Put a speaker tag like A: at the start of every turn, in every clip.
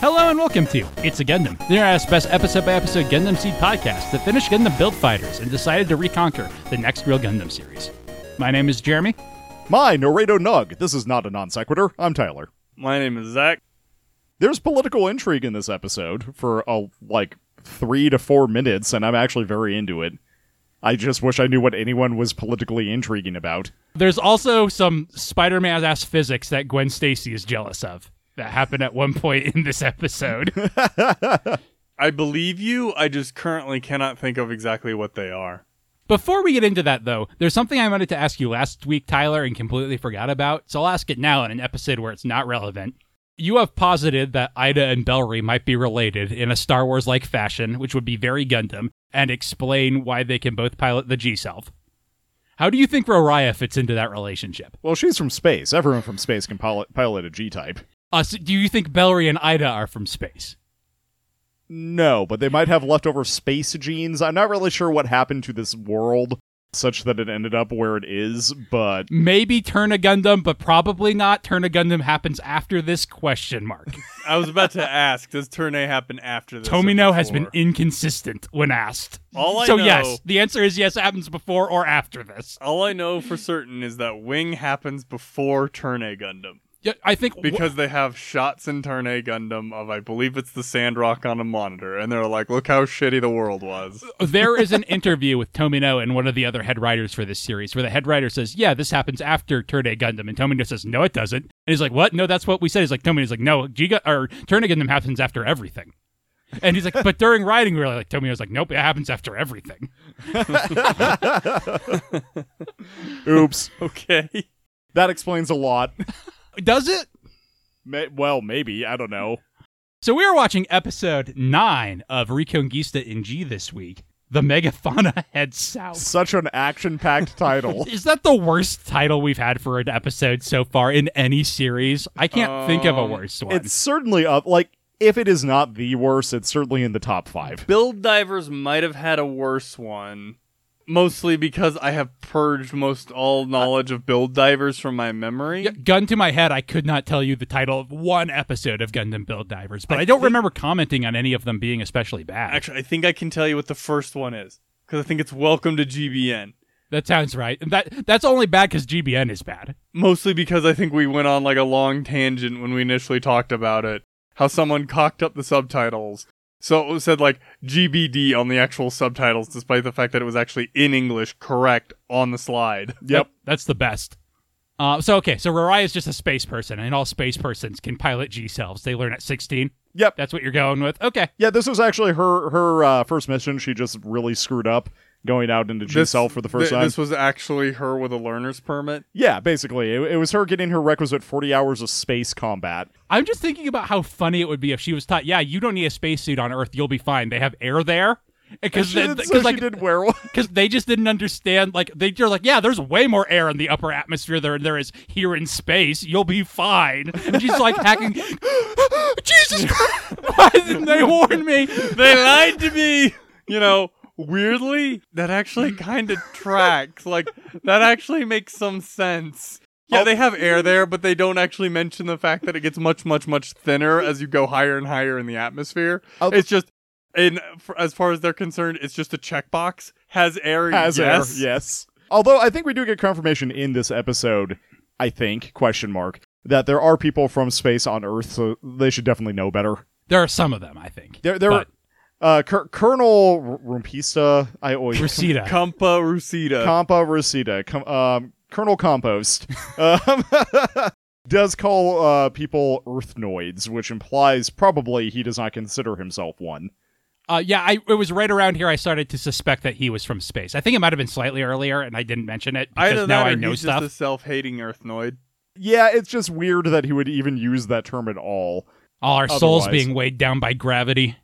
A: Hello and welcome to It's a Gundam, the internet's best episode by episode Gundam Seed podcast that finished Gundam Build Fighters and decided to reconquer the next real Gundam series. My name is Jeremy.
B: My Naruto Nug. This is not a non sequitur. I'm Tyler.
C: My name is Zach.
B: There's political intrigue in this episode for a, like three to four minutes, and I'm actually very into it. I just wish I knew what anyone was politically intriguing about.
A: There's also some Spider Man ass physics that Gwen Stacy is jealous of that happened at one point in this episode.
C: I believe you. I just currently cannot think of exactly what they are.
A: Before we get into that, though, there's something I wanted to ask you last week, Tyler, and completely forgot about, so I'll ask it now in an episode where it's not relevant. You have posited that Ida and Bellry might be related in a Star Wars like fashion, which would be very Gundam, and explain why they can both pilot the G Self. How do you think Roraya fits into that relationship?
B: Well, she's from space. Everyone from space can pil- pilot a G type.
A: Uh, so do you think Bellry and Ida are from space?
B: No, but they might have leftover space genes. I'm not really sure what happened to this world such that it ended up where it is, but
A: Maybe Turn a Gundam, but probably not. Turn a Gundam happens after this question mark.
C: I was about to ask, does Turn A happen after this? or
A: Tomino has been
C: before?
A: inconsistent when asked.
C: All I
A: so
C: know-
A: yes, the answer is yes. It happens before or after this.
C: All I know for certain is that Wing happens before Turn A Gundam.
A: Yeah, I think
C: Because they have shots in Turn A Gundam of, I believe it's the sand rock on a monitor, and they're like, look how shitty the world was.
A: wh- there is an interview with Tomino and one of the other head writers for this series, where the head writer says, "Yeah, this happens after Turn A Gundam," and Tomino says, "No, it doesn't." And he's like, "What? No, that's what we said." He's like, "Tomino's like, no, Giga or Turn A Gundam happens after everything." And he's like, "But during writing, we were like, Tomino's like, nope, it happens after everything."
B: oops.
C: Okay.
B: that explains a lot.
A: Does it?
B: May- well, maybe. I don't know.
A: So we are watching episode nine of Reconquista in G this week. The megafauna heads south.
B: Such an action packed title.
A: Is that the worst title we've had for an episode so far in any series? I can't think of a
C: Um,
A: worse one.
B: It's certainly up. Like, if it is not the worst, it's certainly in the top five.
C: Build Divers might have had a worse one. Mostly because I have purged most all knowledge of Build Divers from my memory.
A: Y- Gun to my head, I could not tell you the title of one episode of Gundam Build Divers, but I, don't remember commenting on any of them being especially bad.
C: Actually, I think I can tell you what the first one is because I think it's Welcome to GBN.
A: that sounds right. And That that's only bad because GBN is bad.
C: Mostly because I think we went on like a long tangent when we initially talked about it. How someone cocked up the subtitles. So it was said like GBD on the actual subtitles, despite the fact that it was actually in English correct on the slide.
B: Yep.
A: That- that's the best. Uh, so okay, so Roraya is just a space person, and all space persons can pilot G selves. They learn at sixteen.
B: Yep.
A: That's what you're going with. Okay.
B: Yeah, this was actually her her uh, first mission. She just really screwed up going out into G
C: This-
B: cell for the first
C: thi-
B: time.
C: This was actually her with a learner's permit.
B: yeah, basically, it, it was her getting her requisite forty hours of space combat.
A: I'm just thinking about how funny it would be if she was taught, yeah, you don't need a spacesuit on Earth. You'll be fine. They have air there. Because
B: She,
A: they,
B: did-
A: cause
B: so she
A: like,
B: did wear one.
A: 'cause they just didn't understand. Like, they, they're like, yeah, there's way more air in the upper atmosphere than there is here in space. You'll be fine. And she's like hacking, Jesus Christ, why didn't they warn me?
C: They lied to me. You know, weirdly, that actually kind of tracks. Like that actually makes some sense. Yeah, they have air there, but they don't actually mention the fact that it gets much, much, much thinner as you go higher and higher in the atmosphere.
B: I'll-
C: It's just, in for, as far as they're concerned, it's just a checkbox. Has air?
B: Has
C: yes.
B: air, yes. Although I think we do get confirmation in this episode. I think question mark that there are people from space on Earth, so they should definitely know better.
A: There are some of them, I think.
B: There, there.
A: But-
B: uh, Cur- Colonel R- Rumpista, I always
A: Reseda.
C: Compa Rusita.
B: Compa Rosita, com- um, Colonel Compost, um, does call uh, people Earthnoids, which implies probably he does not consider himself one.
A: Uh, yeah, I, it was right around here I started to suspect that he was from space. I think it might have been slightly earlier, and I didn't mention it because
C: Either
A: now
C: that or
A: I know
C: he's
A: stuff.
C: just a self-hating Earthnoid.
B: Yeah, it's just weird that he would even use that term at all.
A: All our souls
B: Otherwise-
A: being weighed down by gravity.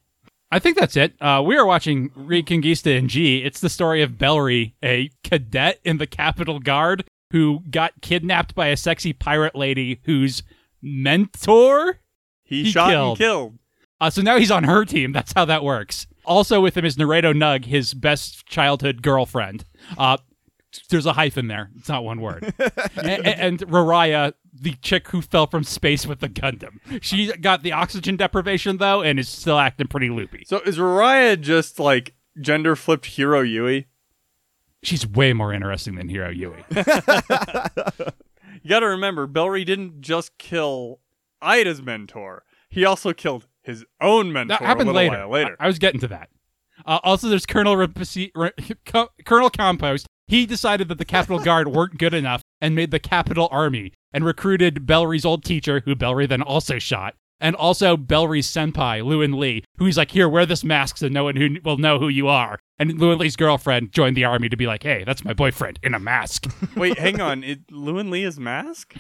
A: I think that's it. Uh, we are watching Reconquista in G. It's the story of Bellry, a cadet in the Capitol Guard who got kidnapped by a sexy pirate lady whose mentor.
C: He,
A: He
C: shot
A: killed.
C: and killed.
A: Uh, so now he's on her team. That's how that works. Also with him is Naruto Nug, his best childhood girlfriend. Uh, There's a hyphen there. It's not one word. and, and Raraya, the chick who fell from space with the Gundam. She got the oxygen deprivation though, and is still acting pretty loopy.
C: So is Raya just like gender flipped hero Yui?
A: She's way more interesting than Hiro Yui.
C: You gotta remember, Bellry didn't just kill Ida's mentor. He also killed his own mentor
A: That happened
C: a little
A: later.
C: while later.
A: I, I was getting to that. Uh, also, there's Colonel Rapaci- Ra- Co- Colonel Compost. He decided that the Capitol Guard weren't good enough and made the Capitol Army and recruited Bellry's old teacher, who Bellry then also shot, and also Bellry's senpai, Lewin Lee, who he's like, here, wear this mask so no one who will know who you are. And Lewin Lee's girlfriend joined the army to be like, hey, that's my boyfriend in a mask.
C: Wait, hang on. It, Lewin Lee is mask?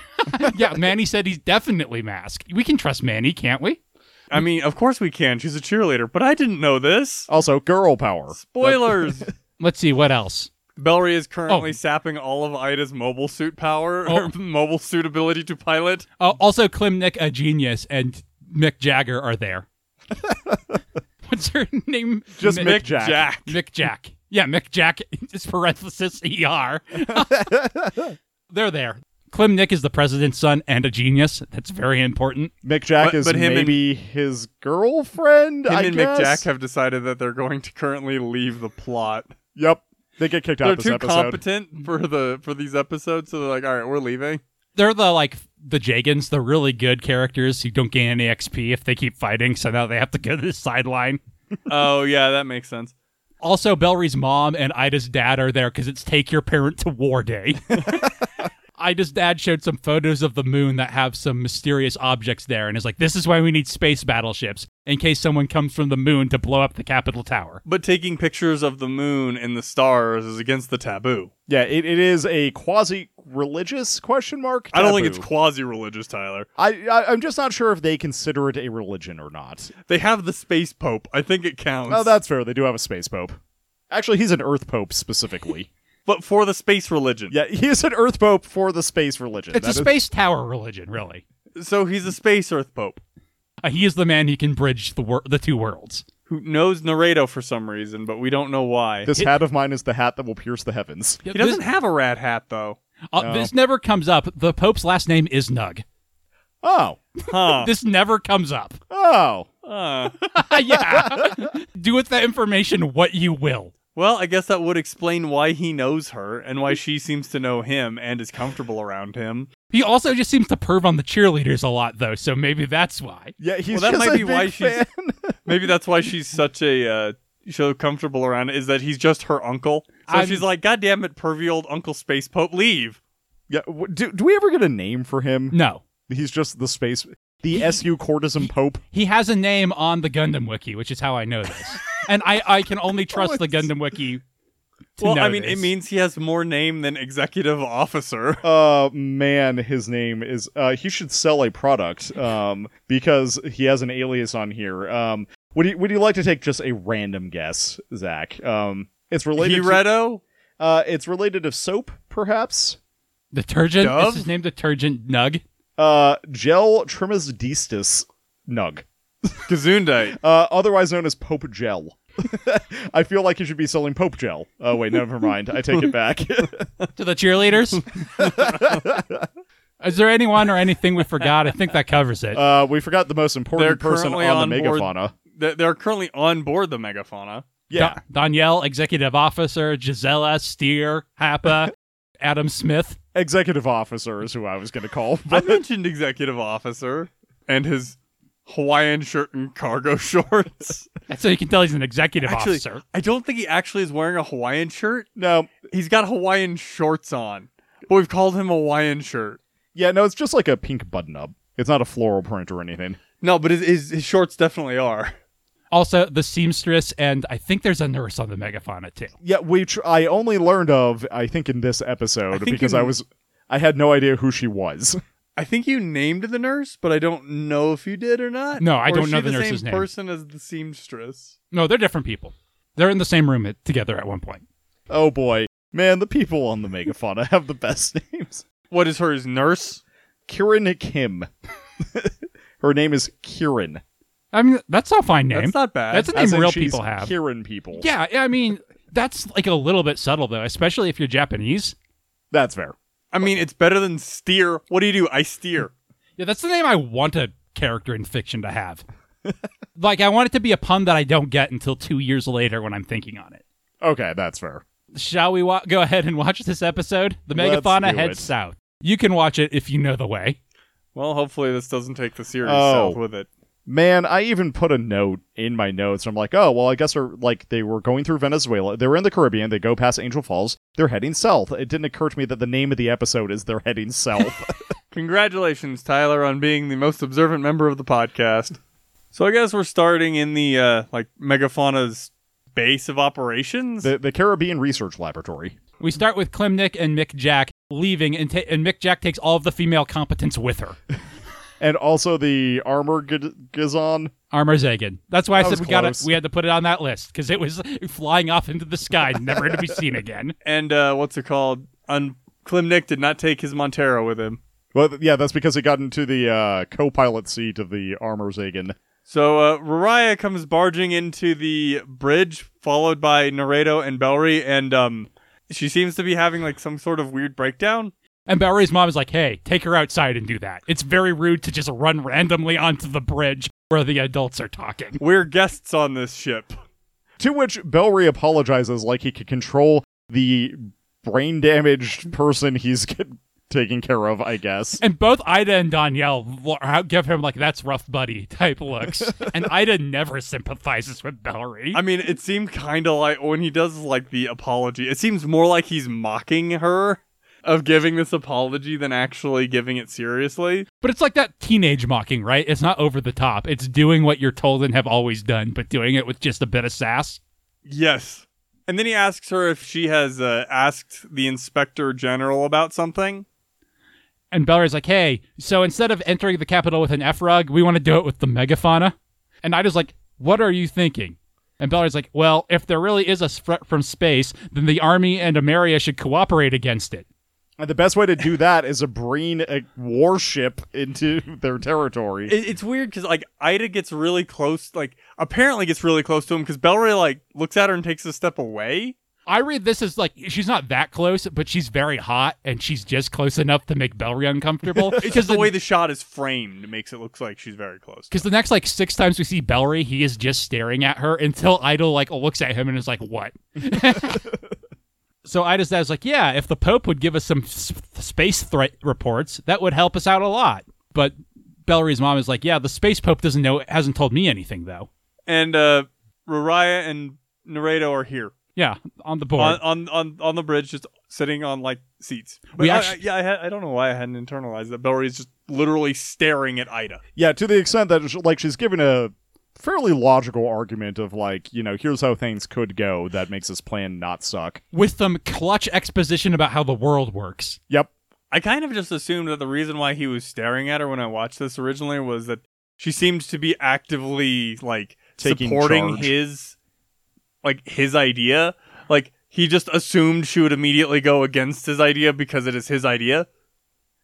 A: yeah, Manny said he's definitely masked. We can trust Manny, can't we?
C: I mean, of course we can. She's a cheerleader, but I didn't know this.
B: Also, girl power.
C: Spoilers.
A: Let's see, what else?
C: Bellry is currently
A: Oh.
C: sapping all of Ida's mobile suit power,
A: Oh.
C: or mobile suit ability to pilot.
A: Uh, also, Klimnik, a genius, and Mick Jagger are there. What's her name?
B: Just
A: Mick.
B: Mick Jack.
A: Mick Jack. Yeah, Mick Jack is parenthesis ER. They're there. Klimnik is the president's son and a genius. That's very important.
B: Mick Jack
C: But-
B: is
C: but him and-
B: maybe his girlfriend.
C: Him
B: I
C: and
B: guess?
C: Mick Jack have decided that they're going to currently leave the plot.
B: Yep, they get kicked out
C: They're
B: this
C: too
B: episode.
C: competent for the for these episodes, so they're like, all right, we're leaving.
A: They're the like the Jagans, the really good characters who don't gain any XP if they keep fighting, so now they have to go to the sideline.
C: oh yeah, that makes sense.
A: Also, Bellry's mom and Ida's dad are there because it's Take Your Parent to War Day. Ida's dad showed some photos of the moon that have some mysterious objects there and is like, this is why we need space battleships in case someone comes from the moon to blow up the Capitol Tower.
C: But taking pictures of the moon and the stars is against the taboo.
B: Yeah, it, it is a quasi religious question mark.
C: I don't think it's
B: taboo.
C: quasi-religious, Tyler.
B: I, I I'm just not sure if they consider it a religion or not.
C: They have the space pope. I think it counts.
B: Oh, that's fair. They do have a space pope. Actually, he's an Earth Pope specifically.
C: but for the space religion.
B: yeah, he is an Earth Pope for the space religion.
A: It's
B: That
A: a
B: is-
A: space tower religion, really.
C: So he's a space earth pope
A: Uh, he is the man who can bridge the wor- the two worlds.
C: who knows Naruto for some reason, but we don't know why.
B: This hat of mine is the hat that will pierce the heavens.
C: he doesn't have a rat hat though.
A: Uh,
B: No.
A: This never comes up. The Pope's last name is Nug.
B: Oh,
C: Huh.
A: This never comes up.
B: oh.
C: Uh,
A: yeah. Do with that information what you will.
C: well, I guess that would explain why he knows her and why she seems to know him and is comfortable around him.
A: He also just seems to perv on the cheerleaders a lot, though, so maybe that's why.
B: Yeah, he's
C: Well, that
B: just
C: might
B: a
C: be why
B: big
C: she's-
B: fan.
C: Maybe that's why she's such a uh, so comfortable around is that he's just her uncle. So
A: I'm-
C: she's like, God damn it, pervy old Uncle Space Pope, leave.
B: yeah, w- do do we ever get a name for him?
A: No.
B: He's just the space, the SU Cortism Pope.
A: He has a name on the Gundam Wiki, which is how I know this. and I, I can only trust the Gundam Wiki. To
C: Well,
A: know
C: I mean,
A: this.
C: it means he has more name than executive officer.
B: Uh, man, his name is. Uh, he should sell a product. Um, because he has an alias on here. Um, would you would you like to take just a random guess, Zach? Um, it's related.
C: He
B: to-
C: Redo?
B: uh, it's related of soap, perhaps.
A: Detergent.
C: Dove?
A: Is his name Detergent Nug?
B: Uh, gel trimestistus nug.
C: Kazundite.
B: Uh, otherwise known as Pope Gel. I feel like you should be selling Pope Gel. Oh wait, never mind. I take it back.
A: To the cheerleaders? is there anyone or anything we forgot? I think that covers it.
B: uh, we forgot the most important
C: They're
B: person on,
C: currently
B: the
C: on board-
B: megafauna.
C: They- They're currently on board the megafauna.
B: Yeah,
A: Da- Danielle, Executive Officer, Gisela, Steer, Happa, Adam Smith.
B: executive officer is who I was going to call.
C: I
B: But
C: mentioned executive officer and his Hawaiian shirt and cargo shorts.
A: That's so you can tell he's an executive
C: actually,
A: officer.
C: I don't think he actually is wearing a Hawaiian shirt.
B: no,
C: He's got Hawaiian shorts on, but we've called him Hawaiian shirt.
B: yeah, no, it's just like a pink button up. It's not a floral print or anything.
C: No, but his, his, his shorts definitely are.
A: Also, the seamstress, and I think there's a nurse on the megafauna too.
B: Yeah, which I only learned of, I think, in this
C: I
B: episode
C: think
B: because
C: you-
B: I was, I had no idea who she was.
C: I think you named the nurse, but I don't know if you did or not.
A: No, I
C: Or
A: don't
C: is
A: know
C: she
A: the
C: the
A: nurse's
C: same
A: name.
C: person as the seamstress.
A: No, they're different people. They're in the same room at, together at one point.
B: Oh boy, man, the people on the megafauna have the best names.
C: What is hers? Nurse?
B: Kieran Kim. Her name is Kieran.
A: I mean, that's a fine name.
C: That's not bad.
A: That's a name
B: As in
A: real
B: she's
A: people have.
B: Kieran people.
A: Yeah, I mean, That's like a little bit subtle though, especially if you're Japanese.
B: That's fair.
C: I mean, it's better than steer. What do you do? I steer.
A: Yeah, that's the name I want a character in fiction to have. like I want it to be a pun that I don't get until 2 years later when I'm thinking on it.
B: Okay, that's fair.
A: Shall we wa- go ahead and watch this episode? The
B: Let's
A: megafauna
B: do
A: heads
B: it.
A: south. You can watch it if you know the way.
C: Well, hopefully this doesn't take the series
B: Oh.
C: south with it.
B: Man, I even put a note in my notes. I'm like, oh well, I guess they're like they were going through Venezuela. They were in the Caribbean. They go past Angel Falls. They're heading south. It didn't occur to me that the name of the episode is "They're Heading South."
C: Congratulations, Tyler, on being the most observant member of the podcast. So I guess we're starting in the uh, like megafauna's base of operations.
B: the, the Caribbean Research Laboratory.
A: We start with Klimnik and Mick Jack leaving, and, ta- and Mick Jack takes all of the female competence with her.
B: and also the armor g- gizon.
A: Armor Zagan. That's why I
B: That
A: said
B: was
A: we got
B: close.
A: we had to put it on that list because it was flying off into the sky, never to be seen again.
C: and uh, what's it called? Un- Klimnik did not take his Montero with him.
B: Well, th- yeah, that's because he got into the uh, co-pilot seat of the armor Zagan.
C: So uh, Raraya comes barging into the bridge, followed by Naredo and Bellry, and um, she seems to be having like some sort of weird breakdown.
A: And Bowery's mom is like, "Hey, take her outside and do that. It's very rude to just run randomly onto the bridge where the adults are talking."
C: We're guests on this ship.
B: To which Bellry apologizes, like he could control the brain damaged person he's get- taking care of. I guess.
A: And both Ida and Danielle lo- how- give him like that's rough buddy type looks. and Ida never sympathizes with Bowery.
C: I mean, it seemed kind of like when he does like the apology, it seems more like he's mocking her of giving this apology than actually giving it seriously.
A: But it's like that teenage mocking, right? It's not over the top. It's doing what you're told and have always done, but doing it with just a bit of sass.
C: Yes. And then he asks her if she has uh, asked the inspector general about something.
A: And Bellary's like, hey, so instead of entering the capital with an F rug, we want to do it with the megafauna. And Ida's like, what are you thinking? And Bellary's like, well, if there really is a threat from space, then the army and Ameria should cooperate against it.
B: And the best way to do that is to bring a warship into their territory.
C: It, it's weird because like Ida gets really close, like apparently gets really close to him because Bellray like looks at her and takes a step away.
A: I read this as like she's not that close, but she's very hot, and she's just close enough to make Bellary uncomfortable. Because
C: Because the way the shot is framed makes it look like she's very close.
A: Because the next like six times we see Bellary, he is just staring at her until Idol like looks at him and is like, "What?" so Ida's dad's like, "Yeah, if the Pope would give us some s- space threat reports, that would help us out a lot." But Bellary's mom is like, "Yeah, the space Pope doesn't know, hasn't told me anything though."
C: And uh, Raraya and Naredo are here.
A: Yeah, on the board.
C: on, on on on the bridge, just sitting on like seats. But
A: We
C: I-
A: actu-
C: I, yeah, I, had, I don't know why I hadn't internalized that. Bellary is just literally staring at Ida.
B: yeah, to the extent that like she's given a fairly logical argument of like you know here's how things could go that makes this plan not suck.
A: with some clutch exposition about how the world works.
B: Yep.
C: I kind of just assumed that the reason why he was staring at her when I watched this originally was that she seemed to be actively like
B: Taking
C: supporting
B: charge.
C: his like his idea. Like he just assumed she would immediately go against his idea because it is his idea.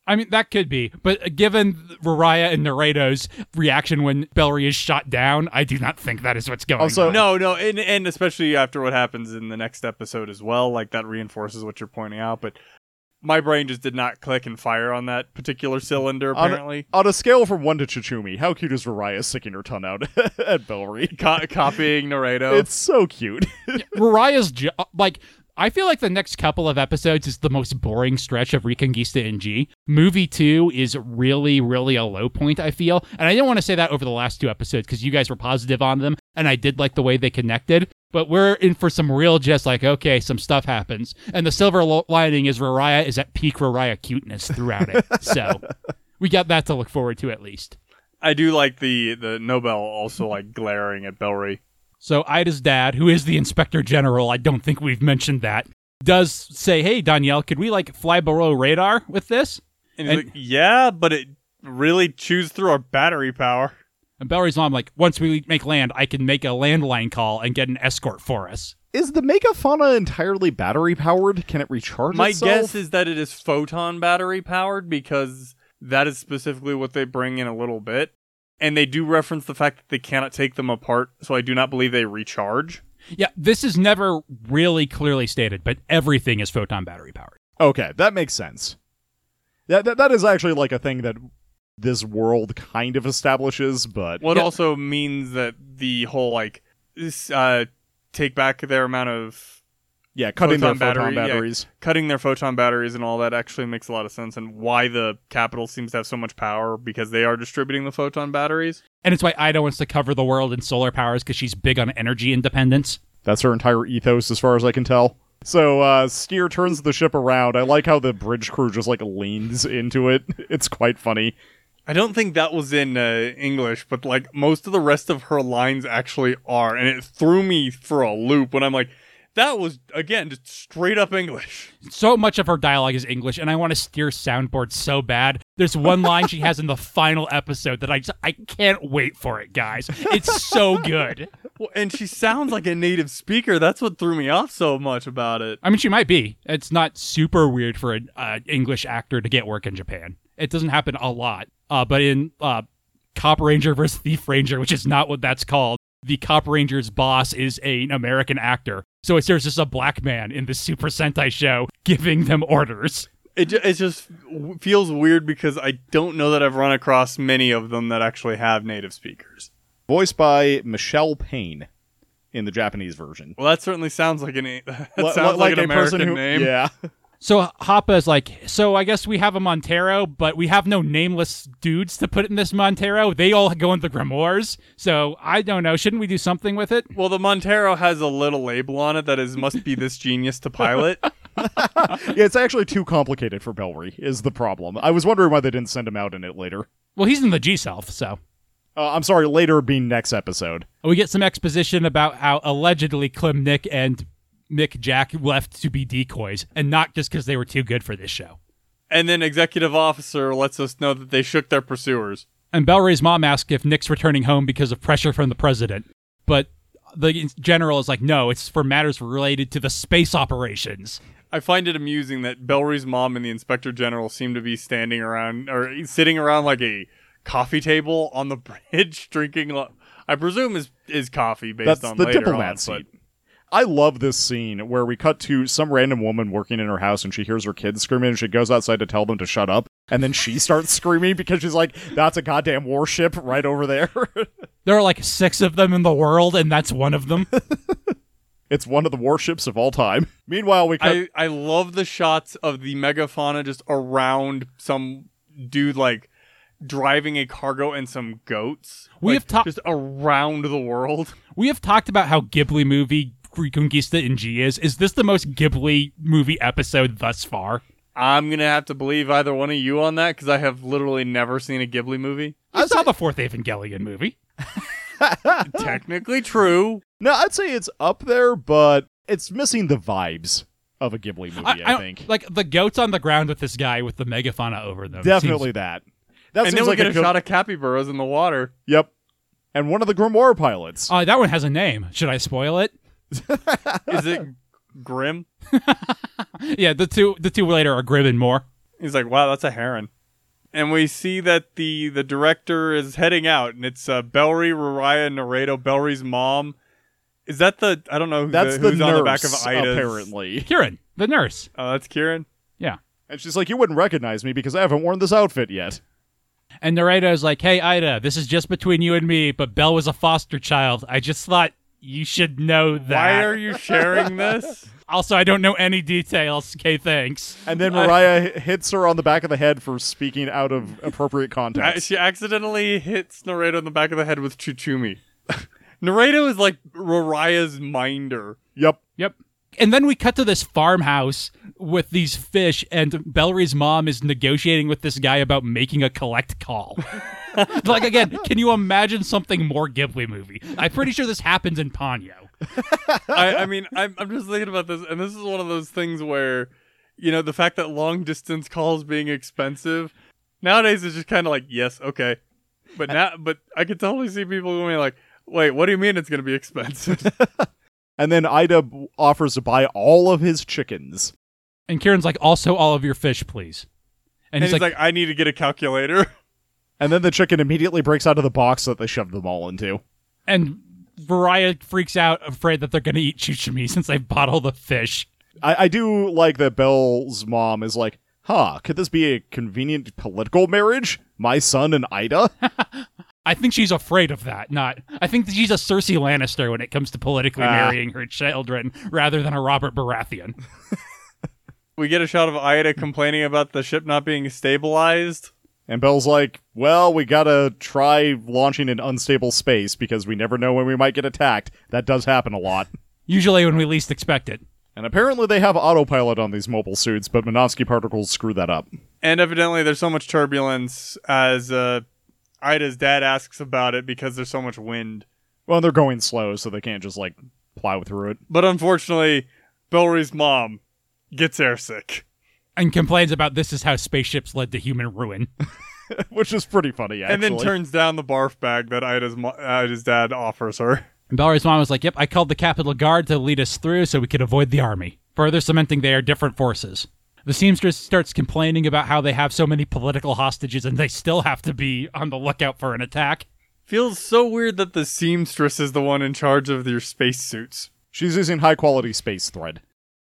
A: I mean, that could be, but given Raraya and Naredo's reaction when Bellary is shot down, I do not think that is what's going
B: Also-
A: on.
C: No, no, and and especially after what happens in the next episode as well, like that reinforces what you're pointing out. But my brain just did not click and fire on that particular cylinder.
B: On-
C: Apparently,
B: On a scale from one to Chichumi, how cute is Raraya sticking her tongue out at Bellary?
C: Co- copying Naruto.
B: It's so cute.
A: Raya's jo- like I feel like the next couple of episodes is the most boring stretch of Reconquista and G. Movie 2 is really really a low point I feel. And I didn't want to say that over the last two episodes cuz you guys were positive on them and I did like the way they connected, but we're in for some real just like okay, some stuff happens. And the silver lo- lining is Raraya is at peak Raraya cuteness throughout it. So we got that to look forward to at least.
C: I do like the the Nobel also like glaring at Bellry.
A: So Ida's dad, who is the inspector general, I don't think we've mentioned that, does say, "Hey Danielle, could we like fly below radar with this?"
C: And he's
A: And-
C: like, yeah, but it really chews through our battery power.
A: And Bellary's mom like, "Once we make land, I can make a landline call and get an escort for us."
B: Is the megafauna entirely battery powered? Can it recharge
C: My
B: itself?
C: guess is that it is photon battery powered because that is specifically what they bring in a little bit. And they do reference the fact that they cannot take them apart, so I do not believe they recharge.
A: Yeah, this is never really clearly stated, but everything is photon battery powered.
B: Okay, that makes sense. That, that that is actually like a thing that this world kind of establishes, but
C: What
A: Yeah.
C: also means that the whole like this, uh, take back their amount of
B: yeah, cutting
C: Photon
B: their
C: battery,
B: photon
C: yeah.
B: batteries.
C: cutting their photon batteries and all that actually makes a lot of sense, and why the capital seems to have so much power because they are distributing the photon batteries.
A: And it's why Ida wants to cover the world in solar powers because she's big on energy independence.
B: That's her entire ethos, as far as I can tell. So uh, Steer turns the ship around. I like how the bridge crew just like leans into it. It's quite funny.
C: I don't think that was in uh, English, but like most of the rest of her lines actually are, and it threw me for a loop when I'm like, that was again just straight up English.
A: So much of her dialogue is English, and I want to steer soundboard so bad. There's one line she has in the final episode that I just, I can't wait for it, guys. It's so good.
C: Well, and she sounds like a native speaker. That's what threw me off so much about it.
A: I mean, she might be. It's not super weird for an uh, English actor to get work in Japan. It doesn't happen a lot. Uh, but in uh, Cop Ranger versus Thief Ranger, which is not what that's called, the Cop Ranger's boss is a- an American actor. So it's there's just a black man in the Super Sentai show giving them orders.
C: It ju- it just w- feels weird because I don't know that I've run across many of them that actually have native speakers.
B: Voiced by Michelle Payne in the Japanese version.
C: Well, that certainly sounds like an a- that
B: L-
C: sounds
B: l-
C: like, an American name.
B: Yeah.
A: So Hoppa's like, so I guess we have a Montero, but we have no nameless dudes to put in this Montero. They all go into grimoires. So I don't know. Shouldn't we do something with it?
C: Well, the Montero has a little label on it that is must be this genius to pilot.
B: yeah, it's actually too complicated for Bellry, is the problem. I was wondering why they didn't send him out in it later.
A: Well, he's in the G self, so.
B: Uh, I'm sorry, later being next episode.
A: We get some exposition about how allegedly Clem Nick and Mick Jack left to be decoys, and not just because they were too good for this show.
C: and then executive officer lets us know that they shook their pursuers.
A: And Bellray's mom asks if Nick's returning home because of pressure from the president, but the general is like, no, it's for matters related to the space operations.
C: I find it amusing that Bellry's mom and the inspector general seem to be standing around or sitting around like a coffee table on the bridge, drinking. Lo- I presume is is coffee based
B: That's
C: on
B: the
C: later
B: diplomat
C: on,
B: seat. I love this scene where we cut to some random woman working in her house and she hears her kids screaming and she goes outside to tell them to shut up. And then she starts screaming because she's like, that's a goddamn warship right over there.
A: There are like six of them in the world, and that's one of them.
B: it's one of the warships of all time. Meanwhile, we cut.
C: I, I love the shots of the megafauna just around some dude like driving a cargo and some goats.
A: We
C: Like,
A: have talked-
C: just around the world.
A: we have talked about how Ghibli movie Reconquista in G is. Is this the most Ghibli movie episode thus far?
C: I'm gonna have to believe either one of you on that because I have literally never seen a Ghibli movie.
A: I saw the fourth Evangelion movie.
C: Technically true.
B: no, I'd say it's up there, but it's missing the vibes of a Ghibli
C: Oh,
B: movie, I,
A: don't-
B: think.
A: Like the goats on the ground with this guy with the megafauna over them.
B: Definitely that. That
C: and
B: seems
C: then we
B: like
C: get a
B: good-
C: shot of capybaras in the water.
B: Yep. And one of the Grimoire pilots.
C: Uh,
A: Oh, that one has a name. Should I spoil it?
C: Is it grim?
A: Yeah, the two the two later are Grim and Moore.
C: He's like, wow, that's a heron. And we see that the the director is heading out, and it's uh, Bellry, Rariah, Naredo, Bellry's mom. Is that the I don't know who
B: That's
C: the,
B: the
C: who's
B: nurse,
C: on the back of Ida's.
B: apparently.
A: Kieran, the nurse.
C: Oh, that's Kieran.
A: Yeah.
B: And she's like, you wouldn't recognize me because I haven't worn this outfit yet.
A: And Naredo's like, hey Ida, this is just between you and me, but Belle was a foster child. I just thought you should know that.
C: Why are you sharing this?
A: also, I don't know any details. Okay, thanks.
B: And then Mariah hits her on the back of the head for speaking out of appropriate
C: I,
B: context.
C: she accidentally hits Naredo in the back of the head with Chuchumi. Naredo is like Rariah's minder.
B: yep.
A: Yep. And then we cut to this farmhouse with these fish, and Bellry's mom is negotiating with this guy about making a collect call. like, again, can you imagine something more Ghibli movie? I'm pretty sure this happens in Ponyo.
C: I, I mean, I'm, I'm just thinking about this, and this is one of those things where, you know, the fact that long distance calls being expensive nowadays is just kind of like, yes, okay, but now, but I could totally see people going like, wait, what do you mean it's gonna be expensive?
B: And then Ida b- offers to buy all of his chickens.
A: And Kieran's like, also all of your fish, please. And,
C: And
A: he's, like,
C: I need to get a calculator.
B: And then the chicken immediately breaks out of the box that they shoved them all into.
A: and Variah freaks out, afraid that they're going to eat Chuchumi since they bottle the fish.
B: I, I do like that Belle's mom is like, huh, could this be a convenient political marriage? My son and Ida?
A: I think she's afraid of that. Not, I think that she's a Cersei Lannister when it comes to politically
B: Ah.
A: marrying her children rather than a Robert Baratheon.
C: We get a shot of Ida complaining about the ship not being stabilized.
B: and Belle's like, well, we gotta try launching in unstable space because we never know when we might get attacked. That does happen a lot.
A: Usually when we least expect it.
B: And apparently they have autopilot on these mobile suits, but Minovsky particles screw that up.
C: And evidently, there's so much turbulence as uh, Ida's dad asks about it because there's so much wind.
B: Well, they're going slow, so they can't just like plow through it.
C: But unfortunately, Bellry's mom gets airsick.
A: And complains about this is how spaceships led to human ruin.
B: Which is pretty funny, actually.
C: And then turns down the barf bag that Ida's, mo- Ida's dad offers her.
A: And Bellary's mom was like, Yep, I called the Capitol Guard to lead us through so we could avoid the army, further cementing they are different forces. The seamstress starts complaining about how they have so many political hostages and they still have to be on the lookout for an attack.
C: Feels so weird that the seamstress is the one in charge of your spacesuits.
B: She's using high quality space thread.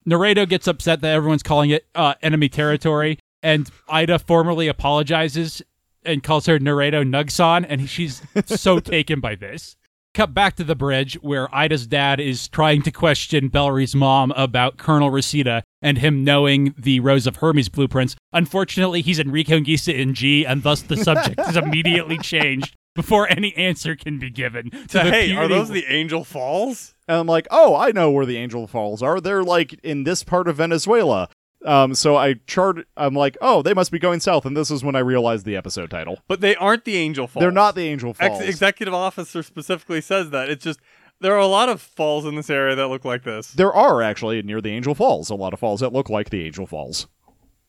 A: Naruto gets upset that everyone's calling it uh, enemy territory, and Ida formally apologizes and calls her Naruto Nugson, and she's so taken by this. Cut back to the bridge where Ida's dad is trying to question Bellry's mom about Colonel Reseda and him knowing the Rose of Hermes blueprints. Unfortunately, he's in Reconquista in G, and thus the subject is immediately changed before any answer can be given. To
C: So,
A: the
C: hey, are
A: puny-
C: those the Angel Falls?
B: And I'm like, oh, I know where the Angel Falls are. They're like in this part of Venezuela. Um, so I chart. I'm like, oh, they must be going south. And this is when I realized the episode title.
C: But they aren't the Angel Falls.
B: They're not the Angel Falls.
C: Ex- executive officer specifically says that. It's just there are a lot of falls in this area that look like this.
B: There are actually near the Angel Falls a lot of falls that look like the Angel Falls.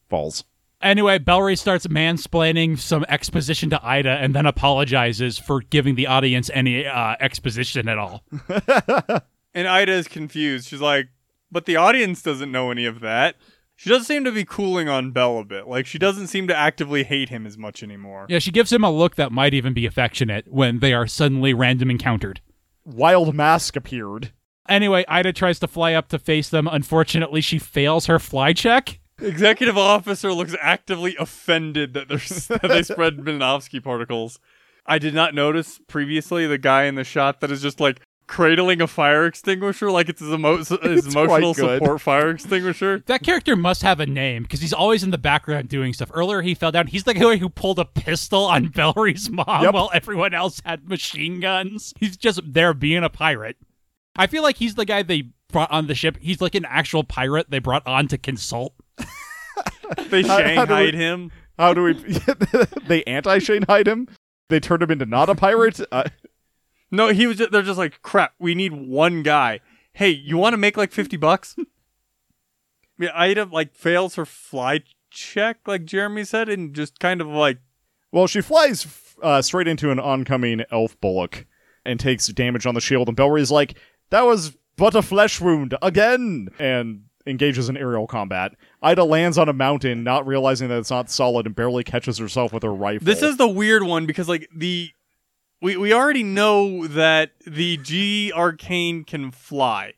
B: Falls.
A: Anyway, Bellry starts mansplaining some exposition to Ida and then apologizes for giving the audience any uh, exposition at all.
C: And Ida is confused. She's like, but the audience doesn't know any of that. She does seem to be cooling on Bell a bit. Like she doesn't seem to actively hate him as much anymore.
A: Yeah, she gives him a look that might even be affectionate when they are suddenly random encountered.
B: Wild Mask appeared.
A: Anyway, Ida tries to fly up to face them. Unfortunately, she fails her fly check.
C: Executive officer looks actively offended that, there's, that they spread Minovsky particles. I did not notice previously the guy in the shot that is just like cradling a fire extinguisher like it's his, emo- his
B: quite
C: emotional
B: good.
C: support fire extinguisher.
A: That character must have a name because he's always in the background doing stuff. Earlier, he fell down. He's the guy who pulled a pistol on Bellry's mom
B: Yep.
A: while everyone else had machine guns. He's just there being a pirate. I feel like he's the guy they brought on the ship. He's like an actual pirate they brought on to consult.
C: They
B: How- how do
C: shanghaied
B: we-
C: him.
B: How do we? they anti Shane hide him. They turned him into not a pirate. Uh,
C: No, he was. Just, they're just like, crap. We need one guy. Hey, you want to make like fifty bucks? I mean, Ida like fails her fly check, like Jeremy said, and just kind of like
B: well, she flies f- uh, straight into an oncoming elf bullock and takes damage on the shield. And Bellry's like, "That was but a flesh wound again," and engages in aerial combat. Ida lands on a mountain, not realizing that it's not solid, and barely catches herself with her rifle.
C: this is the weird one because like the we we already know that the G arcane can fly.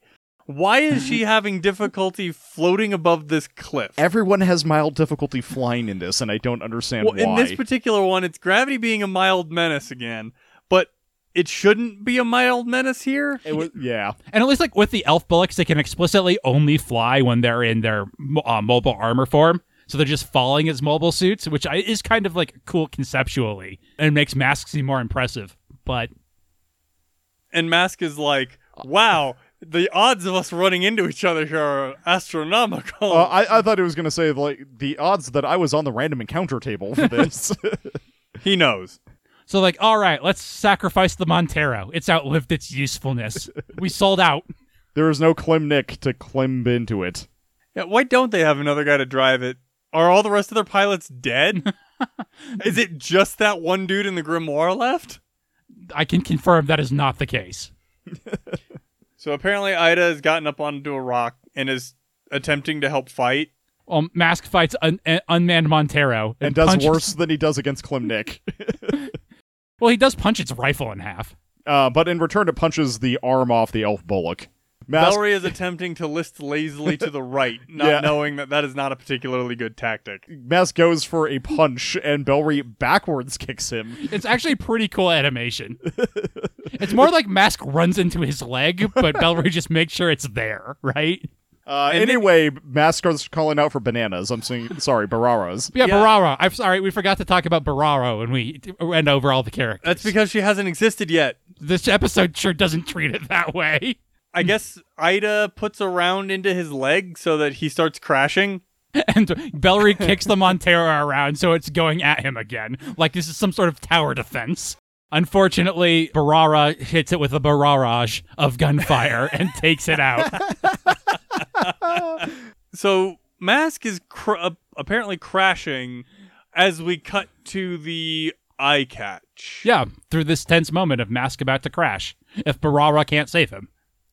C: Why is she having difficulty floating above this cliff?
B: everyone has mild difficulty flying in this, and I don't understand
C: Well,
B: why.
C: in this particular one, it's gravity being a mild menace again, but it shouldn't be a mild menace here.
B: It was- yeah,
A: And at least, like with the elf bullocks, they can explicitly only fly when they're in their mo- uh, mobile armor form. So they're just falling as mobile suits, which I, is kind of like cool conceptually and makes masks seem more impressive. But
C: and Mask is like, "Wow, the odds of us running into each other here are astronomical."
B: Uh, I, I thought it was going to say like the odds that I was on the random encounter table for this.
C: he knows.
A: So like, all right, let's sacrifice the Montero. It's outlived its usefulness. we sold out.
B: there is no Klimnik to climb into it.
C: Yeah, why don't they have another guy to drive it? Are all the rest of their pilots dead? is it just that one dude in the grimoire left?
A: I can confirm that is not the case.
C: So apparently, Ida has gotten up onto a rock and is attempting to help fight.
A: Well, Um, Mask fights un- un- unmanned Montero
B: And, does
A: punches-
B: worse than he does against Klimnik.
A: Well, he does punch its rifle in half.
B: Uh, but in return, it punches the arm off the elf bullock. Mask-
C: Valerie is attempting to list lazily to the right, not
B: Yeah.
C: knowing that that is not a particularly good tactic.
B: Mask goes for a punch, and Bellry backwards kicks him.
A: It's actually pretty cool animation. it's more like Mask runs into his leg, but Bellroy just makes sure it's there, right?
B: Uh,
C: And
B: anyway, Mask goes calling out for bananas. I'm saying, sorry, Bararas.
A: Yeah,
C: Yeah.
A: Barara. I'm sorry, we forgot to talk about Barara when we t- went over all the characters.
C: That's because she hasn't existed yet.
A: this episode sure doesn't treat it that way.
C: I guess Ida puts a round into his leg so that he starts crashing.
A: And Bellry kicks the Montero around, so it's going at him again, like this is some sort of tower defense. Unfortunately, Barara hits it with a barrage of gunfire and takes it out.
C: So Mask is cr- uh, apparently crashing as we cut to the eye catch.
A: Yeah, through this tense moment of Mask about to crash, if Barara can't save him.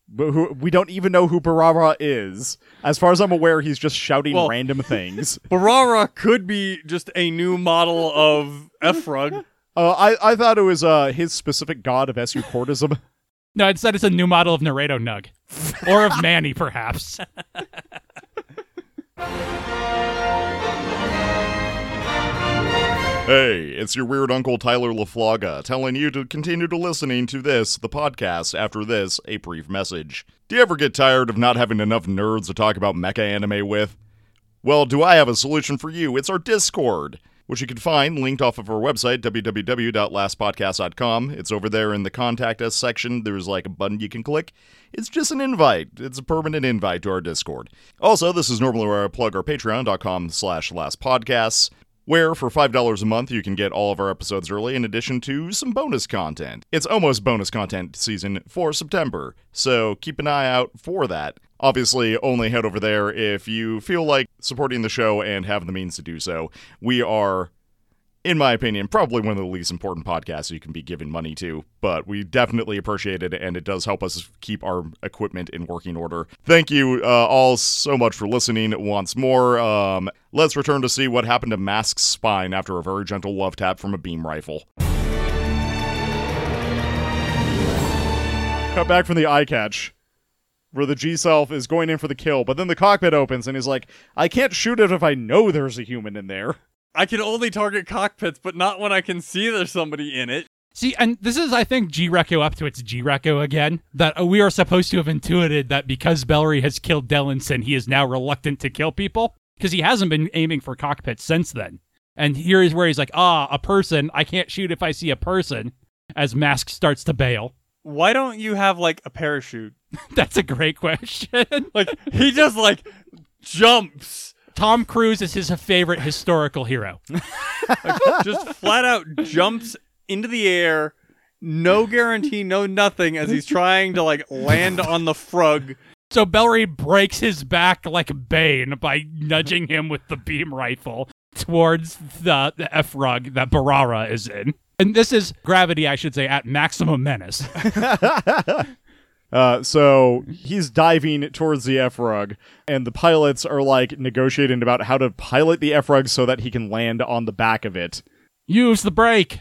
B: But who, we don't even know who Barara is. As far as I'm aware, he's just shouting
C: Well-
B: random things.
C: Barara could be just a new model of Efrog.
B: Uh, I, I thought it was uh, his specific god of escortism.
A: No, instead it's a new model of Naruto Nug. or of Manny, perhaps.
D: Hey, it's your weird uncle Tyler LaFlaga telling you to continue to listening to this, the podcast, after this, a brief message. Do you ever get tired of not having enough nerds to talk about mecha anime with? Well, do I have a solution for you? It's our Discord, which you can find linked off of our website, www.lastpodcast.com. It's over there in the contact us section. There's like a button you can click. It's just an invite. It's a permanent invite to our Discord. Also, this is normally where I plug our patreon.com slash lastpodcasts, where for $5 a month you can get all of our episodes early in addition to some bonus content. It's almost bonus content season for September, so keep an eye out for that. Obviously, only head over there if you feel like supporting the show and have the means to do so. We are, in my opinion, probably one of the least important podcasts you can be giving money to, but we definitely appreciate it and it does help us keep our equipment in working order. Thank you uh, all so much for listening once more. Um, let's return to see what happened to Mask's spine after a very gentle love tap from a beam rifle.
B: Cut back from the eye catch, where the G self is going in for the kill, but then the cockpit opens and he's like, I can't shoot it if I know there's a human in there.
C: I can only target cockpits, but not when I can see there's somebody in it.
A: See, and this is, I think, G Reco up to its G Reco again. That uh, we are supposed to have intuited that because Bellary has killed Dellinson, he is now reluctant to kill people because he hasn't been aiming for cockpits since then. And here is where he's like, ah, a person. I can't shoot if I see a person. As Mask starts to bail.
C: Why don't you have like a parachute?
A: That's a great question.
C: Like he just like jumps,
A: Tom Cruise is his favorite historical hero.
C: just flat out jumps into the air, no guarantee, no nothing as he's trying to like land on the frog.
A: So Bellary breaks his back like Bane by nudging him with the beam rifle towards the, the F rug that Barara is in. And this is gravity, I should say, at maximum menace.
B: Uh, so he's diving towards the F rug, and the pilots are like negotiating about how to pilot the F rug so that he can land on the back of it.
A: Use the brake.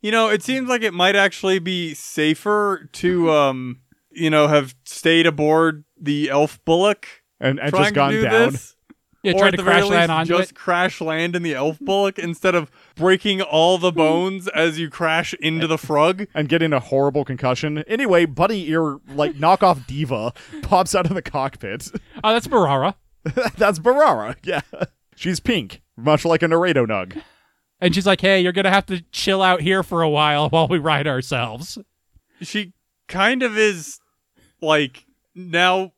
C: You know, it seems like it might actually be safer to um, you know, have stayed aboard the elf bullock
B: And, and
C: trying
B: just gone
C: to do
B: down.
C: this.
A: Yeah,
C: or
A: try
C: at
A: to
C: the
A: crash
C: very
A: land
C: least,
A: onto
C: just
A: it.
C: crash land in the elf bullock instead of breaking all the bones as you crash into the frog.
B: And getting a horrible concussion. Anyway, Buddy Ear, like knockoff diva, pops out of the cockpit.
A: Oh, that's Barara.
B: That's Barara. Yeah. She's pink, much like a Naruto nug.
A: And she's like, hey, you're going to have to chill out here for a while while we ride ourselves.
C: She kind of is like now